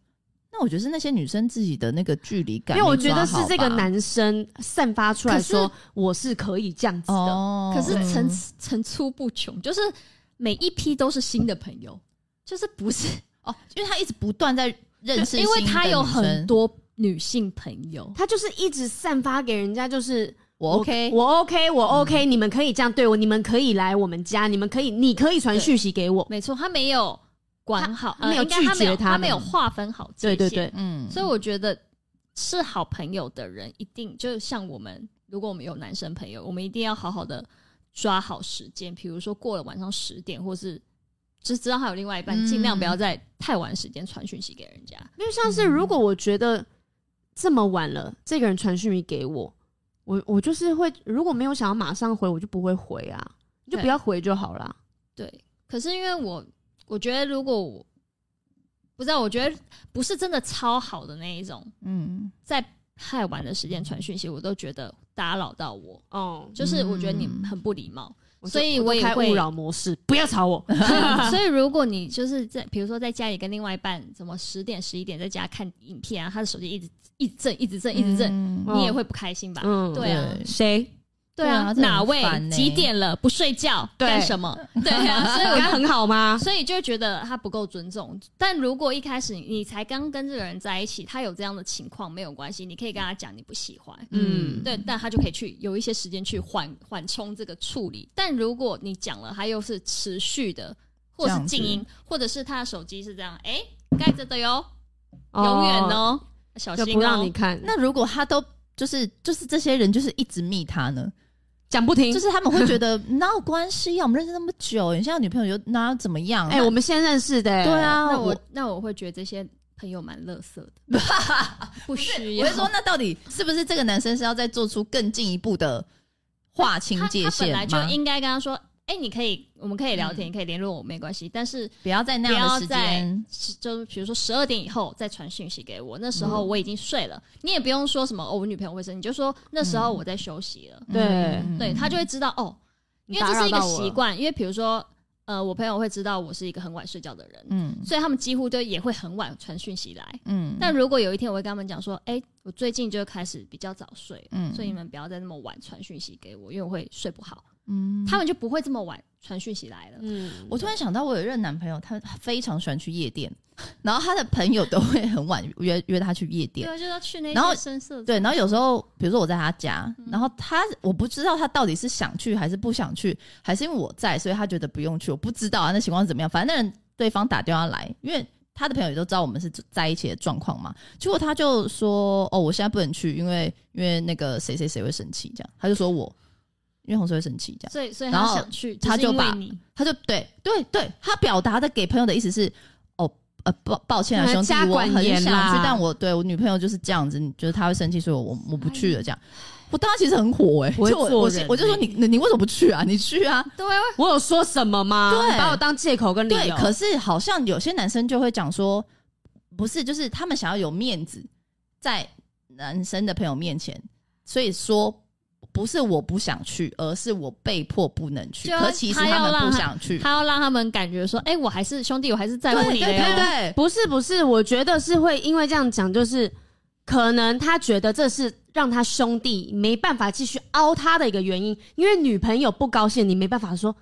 Speaker 3: 那我觉得是那些女生自己的那个距离感
Speaker 2: 因
Speaker 3: 没
Speaker 2: 为我
Speaker 3: 抓好吧，
Speaker 2: 觉得是这个男生散发出来
Speaker 1: 可
Speaker 2: 说我是可以这样子的，
Speaker 3: 哦，
Speaker 1: 可是
Speaker 3: 嗯
Speaker 1: 层层出不穷，就是每一批都是新的朋友，就是不是
Speaker 3: 哦，因为他一直不断在 认识，
Speaker 1: 因为他有很，多女性朋友。
Speaker 2: 他就是一直散发给人家就是。
Speaker 3: 我 OK，
Speaker 2: 我 OK，我
Speaker 1: 嗯
Speaker 2: OK，、你们可以这样对我，你们可以来我们家，你们可以，你可以传讯息给我。
Speaker 1: 没错，他没有管好，
Speaker 2: 他没有
Speaker 1: 呃应该他没有
Speaker 2: 拒绝他
Speaker 1: 他
Speaker 2: 们
Speaker 1: 没有划分好界
Speaker 2: 对
Speaker 1: 限。
Speaker 2: 对对，
Speaker 3: 嗯，
Speaker 1: 所以我觉得是好朋友的人，一定就像我们，如果我们有男生朋友，我们一定要好好的抓好时间，比如说过了晚上十点，或是就知道他有另外一半，
Speaker 3: 嗯
Speaker 1: 尽、量不要在太晚时间传讯息给人家。
Speaker 2: 因为像是如果我觉得这么晚了，这个人传讯息给我，我我就是会如果没有想要马上回，我就不会回啊，你就
Speaker 1: 对
Speaker 2: 不要回就好啦。
Speaker 1: 对，可是因为我我觉得如果我不知道，我觉得不是真的超好的那一种，
Speaker 3: 嗯，
Speaker 1: 在太晚的时间传讯息，我都觉得打扰到我。
Speaker 2: 哦，
Speaker 1: 就是我觉得你
Speaker 3: 嗯
Speaker 1: 很不礼貌，
Speaker 2: 我就
Speaker 1: 所以
Speaker 2: 我都
Speaker 1: 我也
Speaker 2: 开
Speaker 1: 会
Speaker 2: 勿扰模式，不要吵我。
Speaker 1: 所以如果你就是在比如说在家里跟另外一半怎么十点十一点在家看影片啊，他的手机一直一直震一直震一直震，
Speaker 3: 嗯
Speaker 2: 哦
Speaker 1: 你也会不开心吧？
Speaker 2: 嗯
Speaker 1: 对啊
Speaker 3: 对
Speaker 2: 谁？
Speaker 1: 对啊，
Speaker 3: 对啊这很
Speaker 1: 哪位
Speaker 3: 烦欸
Speaker 1: 几点了不睡觉
Speaker 2: 对
Speaker 1: 干什么？对啊，所以
Speaker 2: 我
Speaker 1: 我
Speaker 2: 跟
Speaker 1: 就
Speaker 2: 他 很好吗？
Speaker 1: 所以就觉得他不够尊重。但如果一开始你才刚跟这个人在一起，他有这样的情况没有关系，你可以跟他讲你不喜欢，
Speaker 2: 嗯
Speaker 1: 对，但他就可以去有一些时间去缓缓冲这个处理。但如果你讲了，他又是持续的，或
Speaker 3: 这
Speaker 1: 是
Speaker 3: 样子
Speaker 1: 静音，或者是他的手机是这样，哎、盖着的哟，
Speaker 2: 哦
Speaker 1: 永远哦，小
Speaker 2: 就
Speaker 1: 心
Speaker 2: 不让
Speaker 1: 哦
Speaker 2: 你。看，
Speaker 3: 那如果他都就是就是这些人就是一直密他呢，
Speaker 2: 讲不听
Speaker 3: 就。是他们会觉得 哪有关系啊，我们认识那么久，你现在有女朋友就哪有怎么样？
Speaker 2: 哎，
Speaker 3: 那
Speaker 2: 我们先认识的欸，
Speaker 3: 对啊，
Speaker 1: 那
Speaker 3: 我
Speaker 1: 我那我会觉得这些朋友蛮乐色 的，不需
Speaker 3: 我
Speaker 1: 要。
Speaker 3: 会说，那到底是不是这个男生是要再做出更进一步的划清
Speaker 1: 他
Speaker 3: 界
Speaker 1: 他本
Speaker 3: 限
Speaker 1: 来
Speaker 3: 吗？嗯
Speaker 1: 就应该跟他说，哎、你可以，我们可以聊天，你可以联络我，没关系。但是
Speaker 3: 不要在那样的时
Speaker 1: 不要再
Speaker 3: 间，
Speaker 1: 是就是比如说十二点以后再传讯息给我，那时
Speaker 3: 嗯
Speaker 1: 候我已经睡了，你也不用说什么、哦、我女朋友会生气，你就说那时候我在休息了，
Speaker 2: 对
Speaker 3: 嗯
Speaker 1: 对他就会知道哦，因为这是一个习，惯，因为比如说呃，我朋友会知道我是一个很晚睡觉的人，
Speaker 3: 嗯
Speaker 1: 所以他们几乎都也会很晚传讯息来。
Speaker 3: 嗯
Speaker 1: 但如果有一天我会跟他们讲说，哎、我最近就开始比较早睡了，
Speaker 3: 嗯
Speaker 1: 所以你们不要再那么晚传讯息给我，因为我会睡不好。
Speaker 3: 嗯
Speaker 1: 他们就不会这么晚传讯息来了。
Speaker 2: 嗯，
Speaker 3: 我突然想到，我有一任男朋友，他非常喜欢去夜店，然后他的朋友都会很晚约约他去夜
Speaker 1: 对
Speaker 3: 店。
Speaker 1: 啊，就是要去那
Speaker 3: 然后
Speaker 1: 些深色场
Speaker 3: 对，然后有时候，比如说我在他家，然后他我不知道他到底是想去还是不想去，还是因为我在，所以他觉得不用去。我不知道啊，那情况是怎么样？反正那人对方打电话来，因为他的朋友也都知道我们是在一起的状况嘛。结果他就说：“哦，我现在不能去，因为因为那个谁谁谁会生气。”这样，他就说我，因为红水会生气这样。
Speaker 1: 所以所以
Speaker 3: 然
Speaker 1: 他
Speaker 3: 后
Speaker 1: 想去，
Speaker 3: 他
Speaker 1: 只是
Speaker 3: 就
Speaker 1: 因
Speaker 3: 把
Speaker 1: 为你
Speaker 3: 他就对对对，他表达的给朋友的意思是，哦，呃，抱抱歉啊，
Speaker 2: 可
Speaker 3: 兄
Speaker 2: 能
Speaker 3: 弟，
Speaker 2: 家
Speaker 3: 我
Speaker 2: 管
Speaker 3: 很
Speaker 2: 严
Speaker 3: 想去
Speaker 2: 啦，
Speaker 3: 但我对我女朋友就是这样子，你觉得她会生气，所以我我我不去了这样。我当时其实很火哎、
Speaker 2: 我会
Speaker 3: 就我
Speaker 2: 做
Speaker 3: 我
Speaker 2: 人
Speaker 3: 是我就说
Speaker 2: 欸
Speaker 3: 你你你为什么不去啊？你去啊。
Speaker 1: 对啊，
Speaker 2: 我有说什么吗？
Speaker 3: 对
Speaker 2: 你把我当借口跟理
Speaker 3: 对，
Speaker 2: 由。
Speaker 3: 可是好像有些男生就会讲说，不是，就是他们想要有面子，在男生的朋友面前，所以说不是我不想去，而是我被迫不能去。
Speaker 1: 就
Speaker 3: 可其实
Speaker 1: 他要
Speaker 3: 他们
Speaker 1: 让
Speaker 3: 不
Speaker 1: 他
Speaker 3: 想
Speaker 2: 嗯
Speaker 3: 去。
Speaker 1: 他要让他们感觉说，哎、我还是兄弟，我还是在
Speaker 3: 对
Speaker 1: 乎
Speaker 3: 对
Speaker 1: 你的
Speaker 3: 对
Speaker 1: 哟。
Speaker 3: 对，
Speaker 2: 不是不是，我觉得是会因为这样讲，就是可能他觉得这是让他兄弟没办法继续凹他的一个原因，因为女朋友不高兴，你没办法说。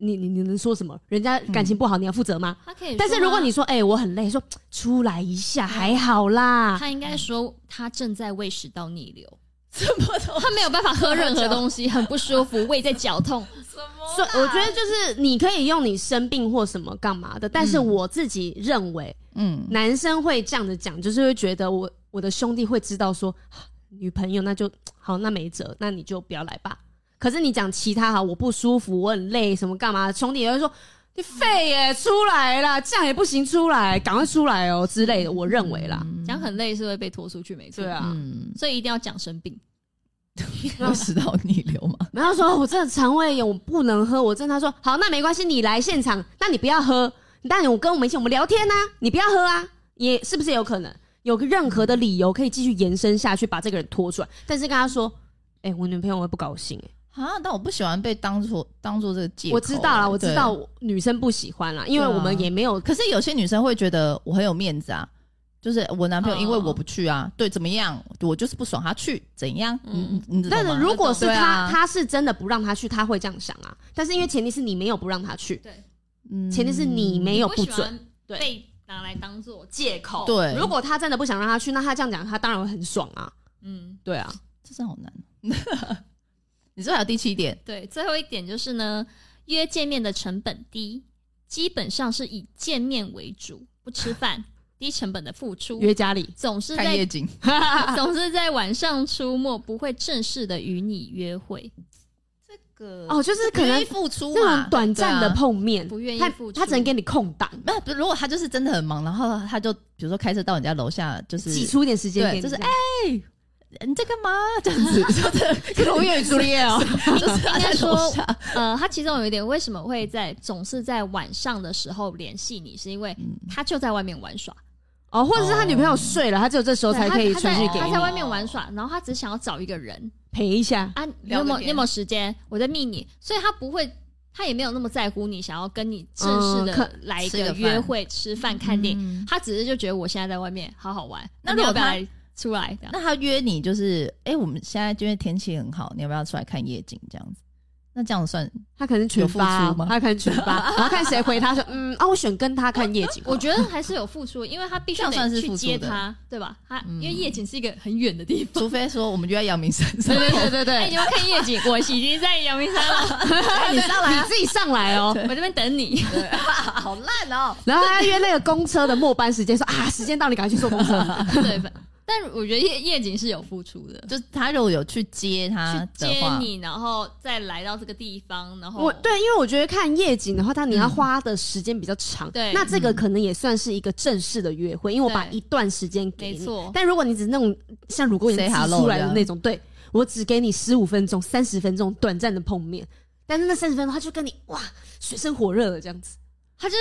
Speaker 2: 你你你能说什么？人家感情不好，你要负责吗？
Speaker 1: 他可以说啊，
Speaker 2: 但是如果你说，哎、我很累，说出来一下还好啦，
Speaker 1: 他应该说他正在胃食道逆流，
Speaker 3: 什么 都
Speaker 1: 他没有办法喝任何东西，很不舒 服，胃在绞痛。
Speaker 3: 什么
Speaker 2: 所以我觉得就是你可以用你生病或什么干嘛的，但是我自己认为
Speaker 3: 嗯，
Speaker 2: 男生会这样子讲，就是会觉得我我的兄弟会知道说，啊女朋友那就好，那没辙，那你就不要来吧。可是你讲其他哈，我不舒服，我很累，什么干嘛？兄弟也会说你废耶、出来啦，这样也不行，出来，赶快出来哦、之类的。我认为啦，
Speaker 1: 讲嗯很累是会被拖出去，没错。
Speaker 2: 对啊
Speaker 3: 嗯，
Speaker 1: 所以一定要讲生病。
Speaker 3: 我食道逆流嘛，
Speaker 2: 然后说我真的肠胃炎，我不能喝，我真的。他说好，那没关系，你来现场，那你不要喝，但我跟我们一起，我们聊天呐、你不要喝啊，也是不是有可能有个任何的理由可以继续延伸下去，把这个人拖出来？但是跟他说，哎、我女朋友会不高兴、 欸，
Speaker 3: 啊，但我不喜欢被当做当做这个借口。欸
Speaker 2: 我知道啦，我知
Speaker 3: 对
Speaker 2: 道女生不喜欢啦，因为
Speaker 3: 对啊
Speaker 2: 我们也没有，
Speaker 3: 可是有些女生会觉得我很有面子啊，就是我男朋友因为
Speaker 2: 嗯
Speaker 3: 我不去啊，对，怎么样，我就是不爽他去，怎样？嗯
Speaker 1: 嗯，
Speaker 3: 你知道
Speaker 2: 但
Speaker 3: 吗
Speaker 2: 是如果是
Speaker 3: 对
Speaker 2: 他，
Speaker 3: 啊
Speaker 2: 他是真的不让他去，他会这样想啊。但是因为前提是你没有不让他去，
Speaker 1: 对，
Speaker 3: 嗯
Speaker 2: 前提是你没有
Speaker 1: 我
Speaker 2: 不
Speaker 1: 喜
Speaker 2: 准。
Speaker 1: 欢
Speaker 2: 对
Speaker 1: 被拿来当做借口。
Speaker 3: 对，
Speaker 2: 如果他真的不想让他去，那他这样讲，他当然会很爽啊。
Speaker 1: 嗯，
Speaker 2: 对啊，
Speaker 3: 这真好难。哦 你说还有第七点，
Speaker 1: 对。最后一点就是呢，约见面的成本低，基本上是以见面为主，不吃饭， 低成本的付出，
Speaker 2: 约家里。
Speaker 1: 总是
Speaker 3: 看
Speaker 1: 在
Speaker 3: 夜景，
Speaker 1: 总是在晚上出没，不会正式的与你约会，
Speaker 2: 哦，就是可能
Speaker 3: 愿意付出嘛
Speaker 2: 那种短暂的
Speaker 3: 对啊
Speaker 2: 碰面，
Speaker 1: 不愿意
Speaker 2: 他
Speaker 1: 付出。
Speaker 2: 他只能给你空档，
Speaker 3: 那不如果他就是真的很忙，然后他就比如说开车到你家楼下，就是
Speaker 2: 挤出一点时间给你，
Speaker 3: 对就是
Speaker 2: 这样
Speaker 1: 哎
Speaker 3: 你在干嘛这样子， 就是
Speaker 2: 罗密欧与朱丽叶哦，
Speaker 3: 就是他在楼下，
Speaker 1: 呃，他其中有一点为什么会在总是在晚上的时候联系你，是因为
Speaker 3: 嗯
Speaker 1: 他就在外面玩耍，
Speaker 2: 哦，或者是他女朋友睡了，他只有这时候才可以出
Speaker 1: 对他
Speaker 2: 去
Speaker 1: 他
Speaker 2: 给
Speaker 1: 在他
Speaker 2: 你
Speaker 1: 在外面玩耍，然后他只想要找一个人
Speaker 2: 陪一下。
Speaker 1: 啊，你
Speaker 3: 聊
Speaker 1: 有
Speaker 3: 个
Speaker 1: 没有
Speaker 3: 天
Speaker 1: 你有没有时间？我在密你，所以他不会，他也没有那么在乎你想要跟你正式
Speaker 2: 嗯可
Speaker 1: 的来一
Speaker 3: 吃个
Speaker 1: 个
Speaker 3: 饭
Speaker 1: 约会、吃饭、看电影，
Speaker 3: 嗯
Speaker 1: 他只是就觉得我现在在外面好好玩，
Speaker 3: 那
Speaker 1: 你
Speaker 3: 如果
Speaker 1: 要不要
Speaker 3: 他
Speaker 1: 来出来这样？
Speaker 3: 那他约你就是，哎、我们现在因为天气很好，你要不要出来看夜景这样子？那这样算
Speaker 2: 他可能群发
Speaker 3: 有付出
Speaker 2: 哦
Speaker 3: 吗，
Speaker 2: 他可能群发，然后看谁回他说，嗯啊，我选跟他看夜景。
Speaker 1: 我觉得还是有付出，因为他必须
Speaker 3: 这样算是
Speaker 1: 得去
Speaker 3: 付出
Speaker 1: 接
Speaker 3: 的
Speaker 1: 他，对吧？他
Speaker 3: 嗯
Speaker 1: 因为夜景是一个很远的地方。
Speaker 3: 除非说我们约在阳明山 上，
Speaker 2: 对 对
Speaker 1: 哎，你，们看夜景，我已经在阳明山了，
Speaker 3: 哎你上来啊
Speaker 2: 你自己上来哦。
Speaker 1: 我这边等你。
Speaker 3: 好烂哦、
Speaker 2: 然后他约那个公车的末班时间，说啊，时间到，你赶快去坐公车。
Speaker 1: 对，反但我觉得夜夜景是有付出的，
Speaker 3: 就是他如果有去接他
Speaker 1: 去
Speaker 3: 的
Speaker 1: 接
Speaker 3: 话，
Speaker 1: 你，然后再来到这个地方，然后
Speaker 2: 我对，因为我觉得看夜景的话，它你要花的时间比较长。
Speaker 1: 对
Speaker 2: 那这个可能也算是一个正式的约会，因为我把
Speaker 1: 对
Speaker 2: 一段时间给
Speaker 1: 没
Speaker 2: 你。
Speaker 1: 错
Speaker 2: 但如果你只是那种像如果你
Speaker 3: Say
Speaker 2: 挤
Speaker 3: hello
Speaker 2: 出来的那种，对我只给你十五分钟、三十分钟短暂的碰面，但是那三十分钟他就跟你哇水深火热的这样子，
Speaker 1: 他就是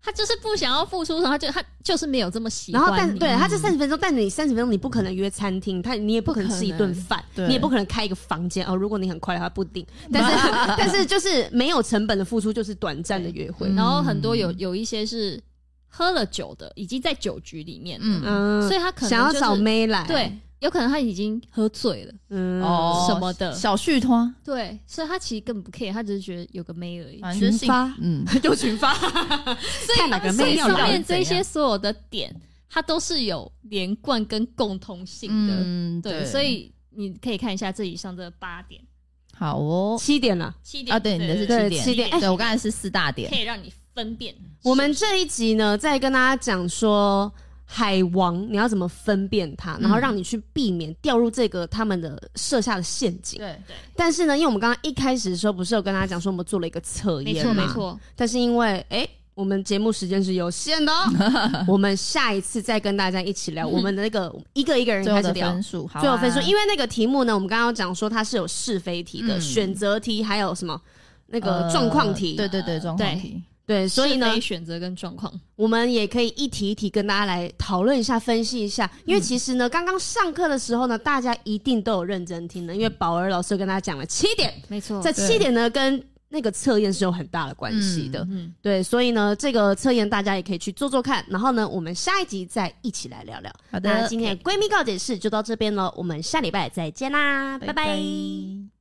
Speaker 1: 他就是不想要付出，然后他就他就是没有这么喜
Speaker 2: 然
Speaker 1: 欢
Speaker 2: 后但
Speaker 1: 你
Speaker 2: 对他这三十分钟，但你三十分钟你不可能约餐厅，他你也不可能吃一顿饭，
Speaker 3: 对
Speaker 2: 你也不可能开一个房间哦。如果你很快的话不一定，但是但是就是没有成本的付出就是短暂的约
Speaker 3: 嗯
Speaker 2: 会，
Speaker 1: 然后很多有有一些是喝了酒的，已经在酒局里面了，
Speaker 3: 嗯
Speaker 2: 嗯
Speaker 1: 所以他可能
Speaker 2: 想要
Speaker 1: 就是
Speaker 2: 找妹来，
Speaker 1: 对，有可能他已经喝醉了
Speaker 2: 嗯，
Speaker 3: 哦
Speaker 1: 什么的，
Speaker 3: 小续托啊，
Speaker 1: 对，所以他其实根本不 care，他只是觉得有个妹而已。
Speaker 3: 你就
Speaker 2: 群
Speaker 3: 是性
Speaker 2: 发
Speaker 3: 嗯，
Speaker 2: 就群 发，看哪个
Speaker 1: 所
Speaker 2: 妹
Speaker 1: 以
Speaker 2: 要
Speaker 1: 上
Speaker 2: 来
Speaker 1: 面这些所有的点，它都是有连贯跟共通性的。
Speaker 3: 嗯，
Speaker 1: 对，所以你可以看一下这以上的八点、
Speaker 3: 好哦，
Speaker 2: 七点了。
Speaker 1: 七点
Speaker 3: 啊，对，你的是
Speaker 2: 对对
Speaker 3: 七点，
Speaker 2: 七点哎
Speaker 3: 对我刚才是四大点
Speaker 1: 可，以让你分辨。
Speaker 2: 我们这一集呢，再跟大家讲说海王你要怎么分辨它，
Speaker 1: 嗯
Speaker 2: 然后让你去避免掉入这个他们的设下的陷阱。
Speaker 3: 对，
Speaker 2: 但是呢，因为我们刚刚一开始的时候，不是有跟大家讲说我们做了一个测
Speaker 1: 没
Speaker 2: 验
Speaker 1: 错
Speaker 2: 吗
Speaker 1: 没。错，
Speaker 2: 但是因为哎、诶我们节目时间是有限的、 哦，我们下一次再跟大家一起聊我们的那个一个一个人
Speaker 3: 最后
Speaker 2: 开始
Speaker 3: 的
Speaker 2: 聊
Speaker 3: 分。数，好啊
Speaker 2: 最后分数，因为那个题目呢，我们刚刚有讲说它是有是非题的、
Speaker 3: 嗯
Speaker 2: 选择题，还有什么那
Speaker 3: 那
Speaker 2: 个状况题。
Speaker 3: 呃对对对，状况
Speaker 1: 对
Speaker 3: 题，
Speaker 2: 对，所以呢
Speaker 1: 是非，选择跟状况，
Speaker 2: 我们也可以一题一题跟大家来讨论一下、分析一
Speaker 3: 嗯
Speaker 2: 下。因为其实呢，刚刚上课的时候呢，大家一定都有认真听的，因为宝儿老师有跟大家讲了七点，
Speaker 1: 没错
Speaker 2: 这
Speaker 3: 哦对
Speaker 2: 七点呢跟那个测验是有很大的关系的。
Speaker 1: 嗯，
Speaker 2: 对，所以呢，这个测验大家也可以去做做看。然后呢，我们下一集再一起来聊聊。
Speaker 3: 好
Speaker 2: 那
Speaker 3: 的，
Speaker 2: 今天的闺蜜告解室就到这边了，我们下礼拜再见啦，拜拜
Speaker 3: 拜